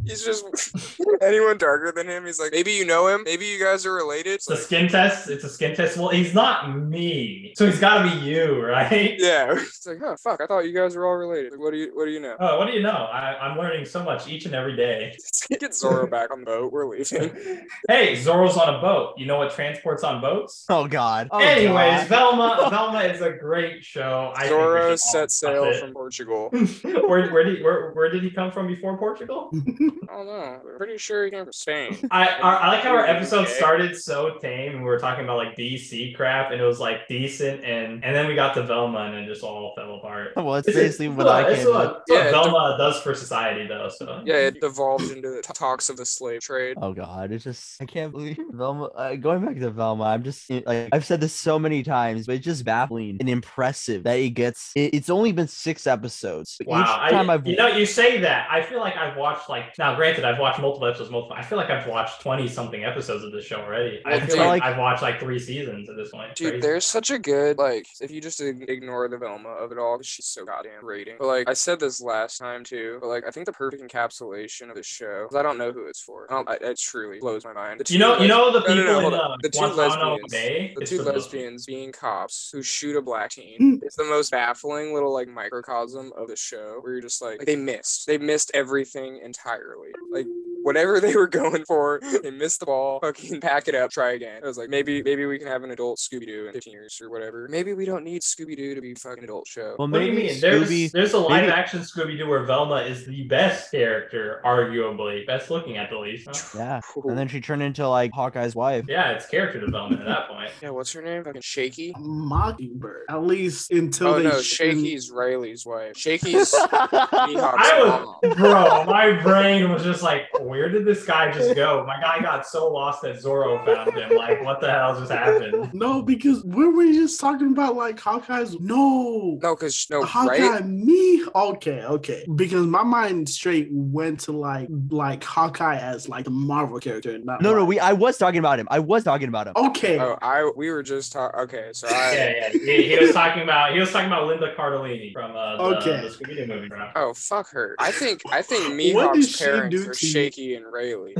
he's just *laughs* and anyone darker than him. He's like, maybe you know him. Maybe you guys are related. It's It's a *laughs* like, skin test. It's a skin test. Well, he's not me, so he's got to be you, *laughs* right? yeah. *laughs* It's like, oh fuck, I thought you guys were all related. Like, what do you what do you know? *laughs* Oh, what do you know? I, I'm learning so much each and every day. Get Zoro back on the boat. *laughs* We're leaving. Hey, Zorro's on a boat. You know what transports on boats? *laughs* Oh God. Oh, Anyways, God. *laughs* Velma, Velma is a great show. I think we should all Zoro set sail discuss from Portugal. it. *laughs* where, where did where, where did he come from before Portugal? I don't know. I'm pretty sure he came from Spain. *laughs* I, I I like how our episode started so tame, and we were talking about like DC crap, and it was like decent, and and then we got to Velma, and it just all fell apart. *laughs* Well, it's It's- basically it's what I it's came what, with. it's what Yeah, it- Velma does for society, though. So Yeah, it devolved into the talks of the slave trade. Oh God, it's just I can't believe *laughs* Velma. Uh, going back to Velma, I'm just like I've said this so many times, but it's just baffling and impressive that it gets. It, it's only been six episodes. but Wow, Each time I, have you know, you say that. I feel like I've watched like now. Granted, I've watched multiple episodes, multiple. I feel like I've watched twenty something episodes of this show already. I Like, feel like, like- I've watched like three seasons at this point. Dude, Crazy. there's such a good like if you just ig- ignore the Velma of it all, 'cause she's so goddamn rating. But like I said this last time too, but like I think the perfect encapsulation of the show. 'cause I don't know who it's for. Um, I don't, I, it truly blows my mind. The you know, two you know the No, no, people no, in hold the, on. The two Guantanamo lesbians. Bay. the It's two the most- lesbians being cops who shoot a black teen is the most baffling little like microcosm of the show where you're just like, they missed they missed everything entirely like whatever *laughs* they were going for they missed the ball fucking pack it up try again i was like maybe maybe we can have an adult scooby-doo in 15 years or whatever maybe we don't need scooby-doo to be a fucking adult show Well, What do you maybe mean? There's Scooby. there's a live maybe- action Scooby Doo where Velma is the best character, arguably best looking at the least. huh? Yeah, and then she turned into like Hawkeye's *laughs* wife. Yeah, it's character development at that point. yeah what's her name fucking shaky Mockingbird. At least until oh they no sh- shaky's riley's *laughs* wife shaky's Mihawk's I mom. was, bro, my brain was just like, where did this guy just go? My guy got so lost that Zorro found him. Like, what the hell just happened? No, because were we just talking about like Hawkeye's? No, no because no Hawkeye Oh, right me. Okay, okay. Because my mind straight went to like like Hawkeye as like the Marvel character. Not No, no, like- we. I was talking about him. I was talking about him. Okay, *laughs* Oh, I we were just talking. Okay, so I. *laughs* Yeah, yeah. He, he was talking about he was talking about Linda Cardellini from uh, the, Okay. the Scooby Doo movie. bro. Oh fuck her! I think I think *laughs* What did Mihawk's she parents do are to you? Shaky and *laughs* Rayleigh.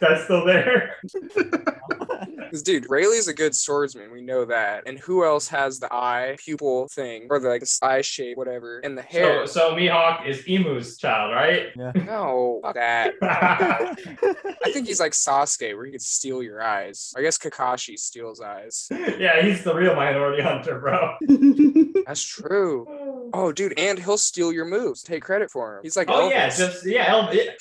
That's still there. Because dude, Rayleigh's a good swordsman. We know that. And who else has the eye pupil thing or the like this eye shape, whatever, and the So, hair? so Mihawk is Emu's child, right? *laughs* no, fuck that. I I think he's like Sasuke, where he could steal your eyes. I guess Kakashi steals eyes. yeah, he's the real minority hunter, bro. That's true. Oh, dude, and he'll steal your moves. Take credit for him. He's like, Oh Elvis. yeah, just yeah, Elvis.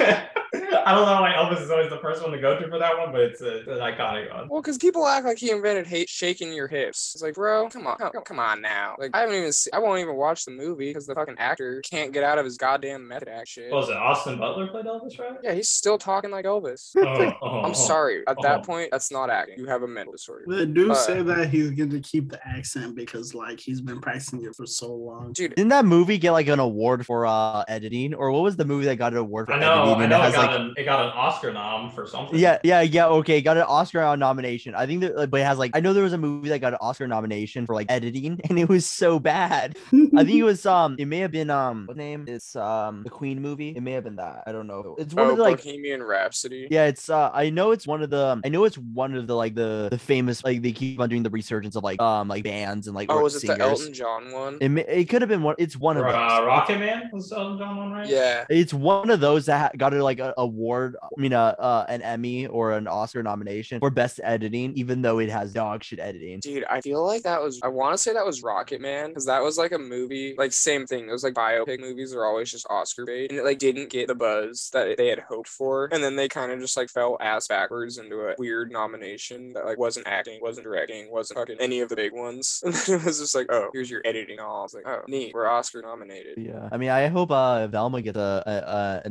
*laughs* I don't know why Elvis is always the first one to go to for that one, but it's, a, it's an iconic one. Well, because people act like he invented hate shaking your hips. It's like, bro, come on, come, come on now. Like, I haven't even, se- I won't even watch the movie because the fucking actor can't get out of his goddamn method act shit. What was it? Austin Butler played Elvis, *laughs* right? yeah, he's still talking like Elvis. Oh, oh, oh. I'm sorry. At Oh. Uh-huh. that point, that's not acting. You have a mental disorder. they do Uh, say that he's going to keep the accent because like he's been practicing it for so long. Dude, Didn't that movie get like an award for uh editing, or what was the movie that got an award for I know, I editing? and know. It has, got, like, an, it got an Oscar nom for something. Yeah, yeah, yeah. Okay, got an Oscar nomination. I think that, like, but it has like, I know there was a movie that got an Oscar nomination for like editing, *laughs* and it was so bad. I think it was um, it may have been um, what name? It's um, the Queen movie. It may have been that. I don't know. It's one oh, of the like. Bohemian Rhapsody. *laughs* Yeah, it's uh I know it's one of the um, I know it's one of the like the the famous like they keep on doing the resurgence of like um like bands and like oh, rock was it singers. the Elton John one? It, may- it could have been one it's one of Or, those. uh, Rocket Man was Elton John one, right? yeah. It's one of those that ha- got a, like a award, I mean, uh, uh, an Emmy or an Oscar nomination for best editing, even though it has dog shit editing. Dude, I feel like that was I want to say that was Rocket Man because that was like a movie, like same thing. It was like biopic movies are always just Oscar bait, and it like didn't get the buzz that they had hoped for, and then they kind of just like fell ass backwards into a weird nomination that like wasn't acting, wasn't directing, wasn't fucking any of the big ones, *laughs* and then it was just like, oh, here's your editing all. It's like, oh, neat, we're Oscar nominated. Yeah, I mean, I hope uh Velma gets a a, a,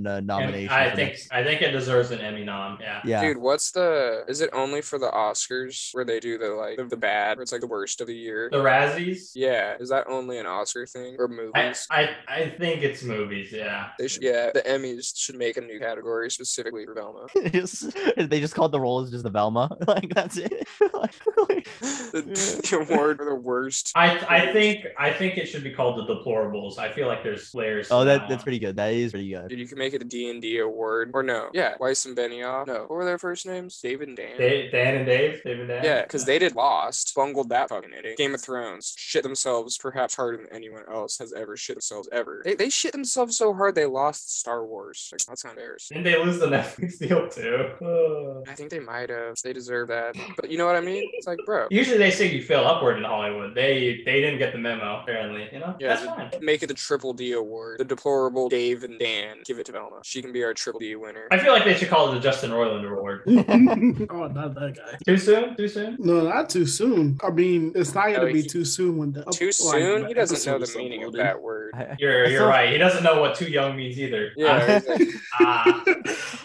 a And nomination. I for think next- I think it deserves an Emmy nom. Yeah. Yeah. Dude, what's the? Is it only for the Oscars where they do the like the, the bad, where it's like the worst of the year? The Razzies. Yeah, is that only an Oscar thing or movies? I, I I think it's movies. Yeah. They should, yeah, the Emmys should make a new category specifically for Velma. *laughs* Just- *laughs* they just called the role as just the Velma. *laughs* Like that's it. Like- *laughs* the, *laughs* the award for the worst. I I think I think it should be called the Deplorables. I feel like there's layers. oh, to that one. that's pretty good. That is pretty good. Dude, you can make it a D and D award or no. Yeah, Weiss and Benioff. No. What were their first names? David and Dan. Dave, Dan and Dave, Dave and Dan. Yeah, because they did Lost, bungled that fucking idiot. Game of Thrones, shit themselves perhaps harder than anyone else has ever shit themselves ever. They, they shit themselves so hard they lost Star Wars. Like, that's not embarrassing. Didn't they lose the *laughs* Netflix deal too? *sighs* Ugh. I think they might have. They deserve that. But you know what I mean? It's like, bro. Usually they say you fail upward in Hollywood. They they didn't get the memo apparently. You know, Yeah, that's the- fine. Make it the Triple D award. The deplorable Dave and Dan. Give it to Velma. She can be our Triple D winner. I feel like they should call it the Justin Roiland Award. *laughs* oh, not that guy. Too soon? Too soon? No, not too soon. I mean, it's not gonna No, be he- too soon when the Too like, soon? the He doesn't know episode the is meaning of uploaded. that word. I- You're I you're saw- right. He doesn't know what too young means either. *laughs* Yeah, *laughs* exactly. Ah.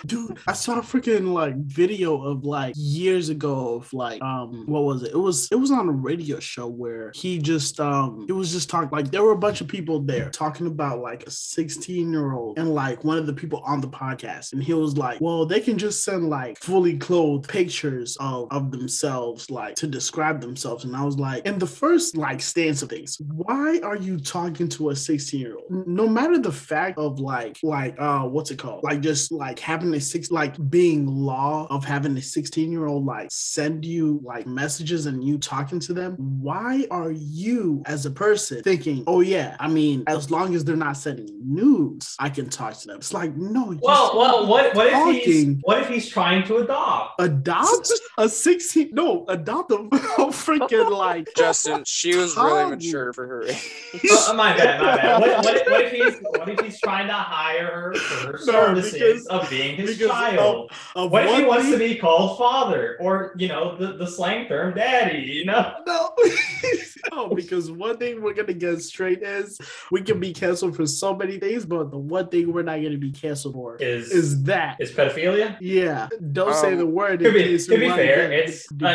Dude, I saw a freaking like video of like years ago of like um what was it? It was it was on a radio show where he just um it was just talking like there were a bunch of people there talking about like a 16 year old and like one of the people on the podcast and he was like, well they can just send like fully clothed pictures of of themselves like to describe themselves and I was like in the first like stance of things why are you talking to a 16 year old no matter the fact of like like uh what's it called like just like having a six like being law of having a 16 year old like send you like messages and you talking to them why are you as a person thinking oh yeah I mean as long as they're not sending nudes I can talk to them it's like no you Well, well, what what if he's Talking. what if he's trying to *laughs* adopt? adopt a 16 no adopt a *laughs* freaking like Justin, she was really Tom. mature for her. age. Uh, my bad, my bad. What, what, if, what if he's what if he's trying to hire her for her No, services because- of being his because, child? of what if he one wants to thing- be called father, or you know the, the slang term daddy? You know, No. *laughs* no, because one thing we're gonna get straight is we can be canceled for so many things, but the one thing we're not gonna be canceled for is is, is that. pedophilia? Yeah, don't say Um, the word. To in be, case to we be might fair, get it's uh, it, no.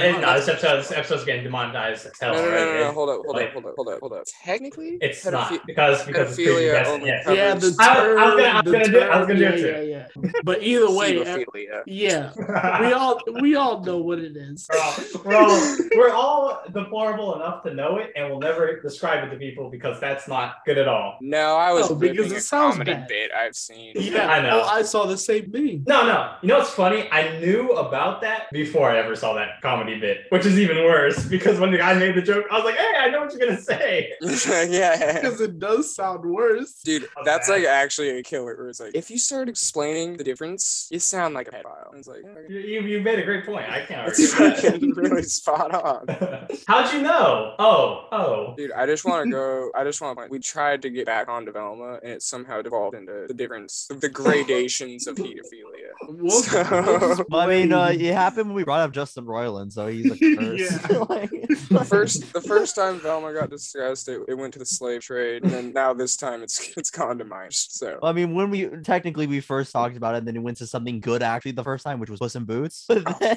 This demonetized. episode, this episode's getting demonetized. as No, hell no, no, no, already. no, hold up, hold up, Like- hold up, hold up, hold up. Technically, It's pedophi- not because because it's pedophilia prejudiced, only yes. covers- yeah, the term, I was- I was gonna- I was the gonna do- I was term, gonna do yeah, it yeah, yeah. But either way, eh, pedophilia. yeah, we all we all know what it is. *laughs* We're all, we're all we're all deplorable enough to know it, and we'll never describe it to people because that's not good at all. No, I was No, because ripping it a sounds comedy bad. bit I've seen. Yeah, I know. Oh, I saw the same thing. No, no. You know what's funny? I knew about that before I ever saw that comedy bit, which is even worse because when the guy made the joke, I was like, "Hey, I know what you're gonna say." *laughs* yeah. Because it does *laughs* sound worse. Dude, How's that's that? like actually a killer. Where it's like, if you start explaining the difference, you sound like a pedophile. It's like, okay. You, you, you made a great point. I can't that's argue. *laughs* fucking really spot on. with that. *laughs* How'd you know? Oh, oh. Dude, I just want to go. I just want to. We tried to get back on Velma, and it somehow devolved into the difference, the gradations of pedophilia. We'll- So- we'll just *laughs* Well, I mean, uh, wait. it happened when we brought up Justin Roiland, so he's a curse. Yeah. *laughs* Like, The first, the first time Velma got discussed, it, it went to the slave trade, and then now this time it's *laughs* it's gone to mine. So I mean, when we technically we first talked about it, and then it went to something good actually the first time, which was Puss in Boots. *laughs*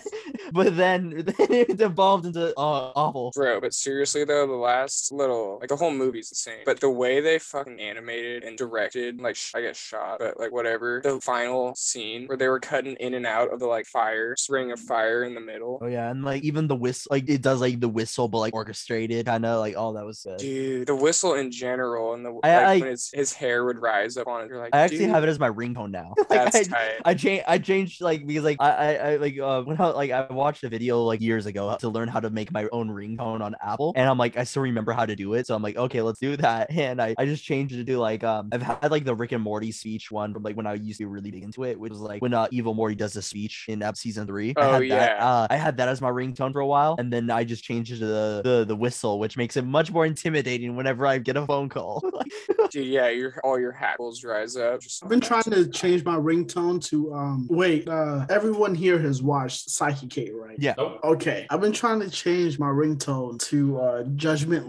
But then, but then, *laughs* then it evolved into uh, awful. Bro, but seriously though, the last little like the whole movie's the same, but the way they fucking animated and directed, like sh- I guess shot, but like whatever, the final scene where they were cutting in and out of the like fire, ring of fire in the middle. Oh yeah, and like even the whistle, like it does like the whistle, but like orchestrated, kind of like oh that was good. Dude, the whistle in general and the like I- I- when his, his hair would rise up on it, you're like, I actually dude, have it as my ringtone now. *laughs* like, that's I, tight. I changed I changed like because like I I, I like uh when I, like I watched a video like years ago to learn how to make my own ringtone on Apple and I'm like I still remember how to do it so I'm like okay let's do that *laughs* and I I just changed it to like um I've had like the Rick and Morty speech one from like when I used to be really big into it which was like when uh, Evil Morty does the speech in ep season three I Oh, had that yeah. uh, I had that as my ringtone for a while and then I just changed it to the the, the whistle which makes it much more intimidating whenever I get a phone call *laughs* like, Dude, yeah, your all your hackles rise up. Just I've been trying to change my ringtone to um wait, uh everyone here has watched Psyche K, right? Yeah. Nope. Okay. I've been trying to change my ringtone to uh Judgment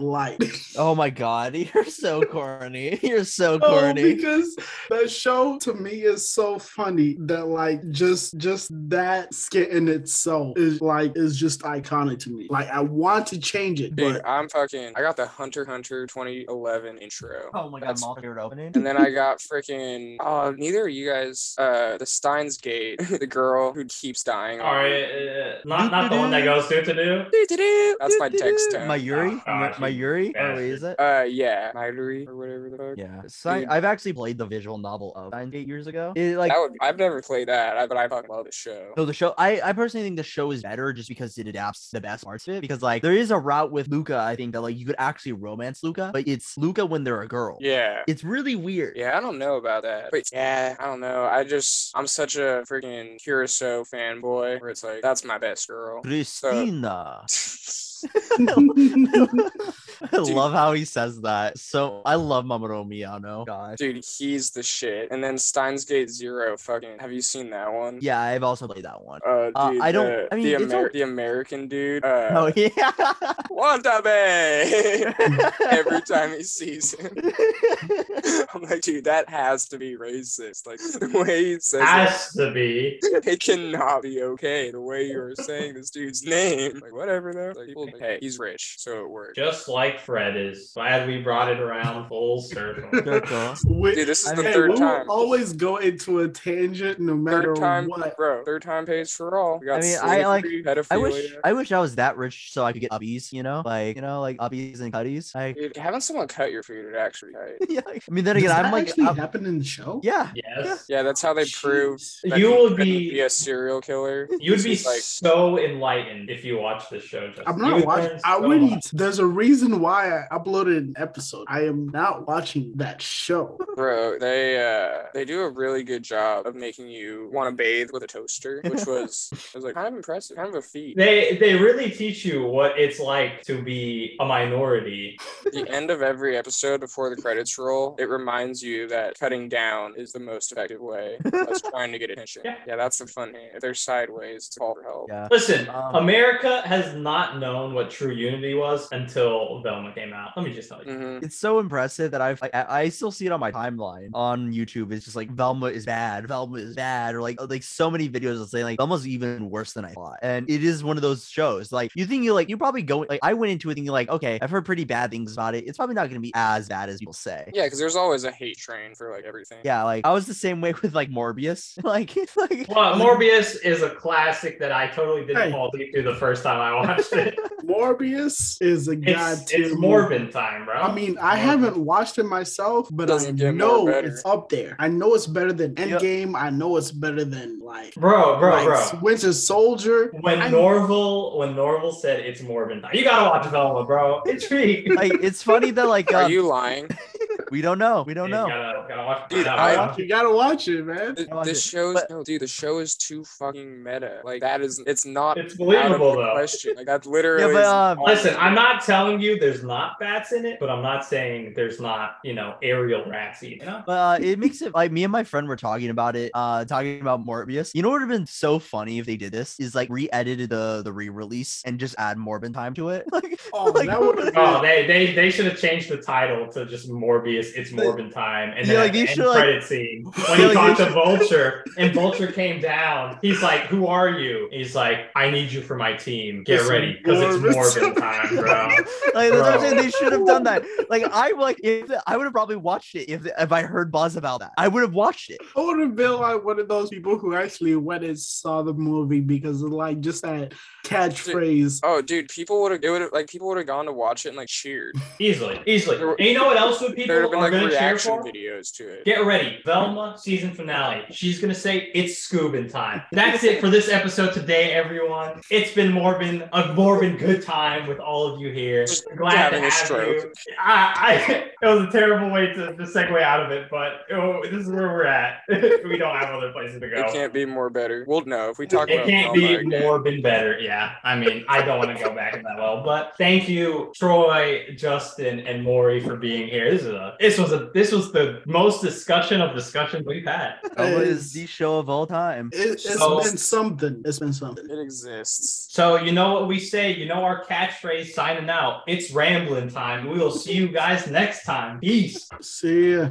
*laughs* Light. *laughs* oh my god *laughs* you're so corny *laughs* you're so Oh, corny. because that show to me is so funny that like just just that skit in itself is like is just iconic to me. Like I want to change it, Dude, but I'm fucking. I got the Hunter x Hunter 2011 intro. *laughs* Oh my god, That's- my favorite opening. And then I got freaking oh neither of you guys uh the Steins Gate, *laughs* the girl who keeps dying. on All right. me. Uh, not not the one that goes to to do. Doo-doo-doo, *laughs* That's my *laughs* text tone. My Yuri? Oh, my, gosh, my you Yuri? Oh, bastard. wait, is it? uh yeah, Mydery or whatever the fuck. yeah. Sign- dude. I've actually played the visual novel of Steins Gate years ago. It, like, That would, I've never played bad, I- but I fucking love the show. No, the show. I, I personally think the show is better just because it adapts the best parts of it. Because like there is a route with Luca, I think that like you could actually romance Luca, but it's Luca when they're a girl. Yeah. It's really weird. Yeah, I don't know about that. But yeah, I don't know. I just I'm such a freaking Curacao fanboy where it's like that's my best *laughs* girl. *laughs* Christina. *laughs* Dude, I love how he says that. So I love Mamoru Miyano. God. Dude, he's the shit. And then Steins Gate Zero, fucking have you seen that one? Yeah, I've also played that one. Uh, dude, Uh, I don't- The, I mean, the, it's Amer- all- the American dude. Uh, *laughs* Oh yeah. *laughs* Watabe. Every time he sees him, *laughs* I'm like, dude, that has to be racist. Like *laughs* the way he says it. Has to be. *laughs* It cannot be okay the way you were saying this dude's name. Like whatever though. Like, people, like, hey, he's rich, so it worked. Just like Fred is. Glad we brought it around full *laughs* circle. Circle. Dude, this is I the mean- Hey, third we will time. always go into a tangent no matter Third time, what. bro. Third time pays for all. We got I mean, slavery, I, like- pedophilia. I wish I wish I was that rich so I could get uppies, you know? Like, you know, like uppies and cutties. Like, Dude, having someone cut your food would actually hurt. *laughs* yeah. I mean then Does again, that I'm like actually I'm- happen in the show? yeah. Yes. Yeah, that's how they prove that You he would couldn't be- a serial *laughs* killer. You'd This be is like- so enlightened if you watch this show. Justin. I'm You not would watching. learn I so wouldn't. much. There's a reason why I uploaded an episode. I am not watching that show. Bro, they uh they do a really good job of making you want to bathe with a toaster, which was it was like kind of impressive, kind of a feat. They they really teach you what it's like to be a minority. The end of every episode before the credits roll, it reminds you that cutting down is the most effective way of *laughs* trying to get attention. Yeah. Yeah, that's the fun hand. If they're sideways, it's a call for help. Yeah. *laughs* Listen, Um, America has not known what true unity was until Velma came out. Let me just tell you. hmm It's so impressive that I've like, I I still see it on my timeline on YouTube. It's just like Velma is bad, Velma is bad, or like like so many videos that say like Velma's even worse than I thought. And it is one of those shows. Like you think you like you probably go like I went into it thinking like okay I've heard pretty bad things about it. It's probably not gonna be as bad as people say. Yeah, because there's always a hate train for like everything. Yeah, like I was the same way with like Morbius. *laughs* Like, like Well, Morbius is a classic that I totally didn't Hey. fall deep to the first time I watched *laughs* it. Morbius is a It's, goddamn. it's Morbin time, bro. I mean, I Morbin. haven't watched it myself, but I Doesn't get know more better. it's up there. I know it's better than Yep. Endgame. I know it's better than like, bro, bro, like bro. Winter Soldier. When I- Norval, when Norval said it's Morbin time, you gotta watch Velma, *laughs* bro. It's free. like it's funny that like Are um, you *laughs* lying? we don't know, we *laughs* don't You know. Gotta, gotta watch Dude, Velma, I- bro. You gotta watch *laughs* it, man. Th- I watch this it, show is but- no, dude. The show is too fucking meta. Like that is, it's not It's out of believable the though. question. Like that literally. Yeah, but is um, not- Listen, I'm not telling you there's not bats in it, but I'm not saying there's not, you know, aerial rats either. But uh, it makes it like me and my friend were talking about it, uh, talking about Morbius. You know what would have been so funny if they did this is like re-edited the the re-release and just add Morbin time to it. *laughs* Like, Oh, like- that would have Oh, they they they should have changed the title to just Morbius. It's Morbin time, and then Yeah, like, at the you end should, like- credit *laughs* scene when Yeah, he like, talked you to Vulture, and Vulture came down. He's like, "Who are you?" He's like, "I need you for my team. Get It's ready, because it's Morbin Morbin time, bro." *laughs* like that's what I'm Bro. saying. They should have done that. Like I like if I would have probably watched it if if I heard buzz about that. I would have watched it. I would have been like one of those people who actually went and saw the movie because of like just that catchphrase. Oh, dude, people would have. It would have like people would have gone to watch it and like cheered. *laughs* Easily, easily. There- And you know what else would people There would are have been like gonna share reaction for? videos to it. Get ready, Velma season finale. She's gonna say it's Scoobin time. That's it for this episode today, everyone. It's been Morbin, a Morbin good time with all of you here. Just Glad having to a have stroke. you. I, *laughs* I, it was a terrible way to, to segue out of it, but oh, this is where we're at. *laughs* we don't have other places to go. It can't be more better. We'll know if we talk It about can't Velma be again. more been better. Yeah. I mean, I don't want to go back in that well, but thank you, Troy, Justin, and Maury for being here. This is a this was a this was the most discussion of discussions we've had. That was It's- the show of all time. It, it's So- been something. It's been something. It exists. So you know what we say, you know our catchphrase signing out. It's rambling time. We will see you guys next time. Peace. See ya.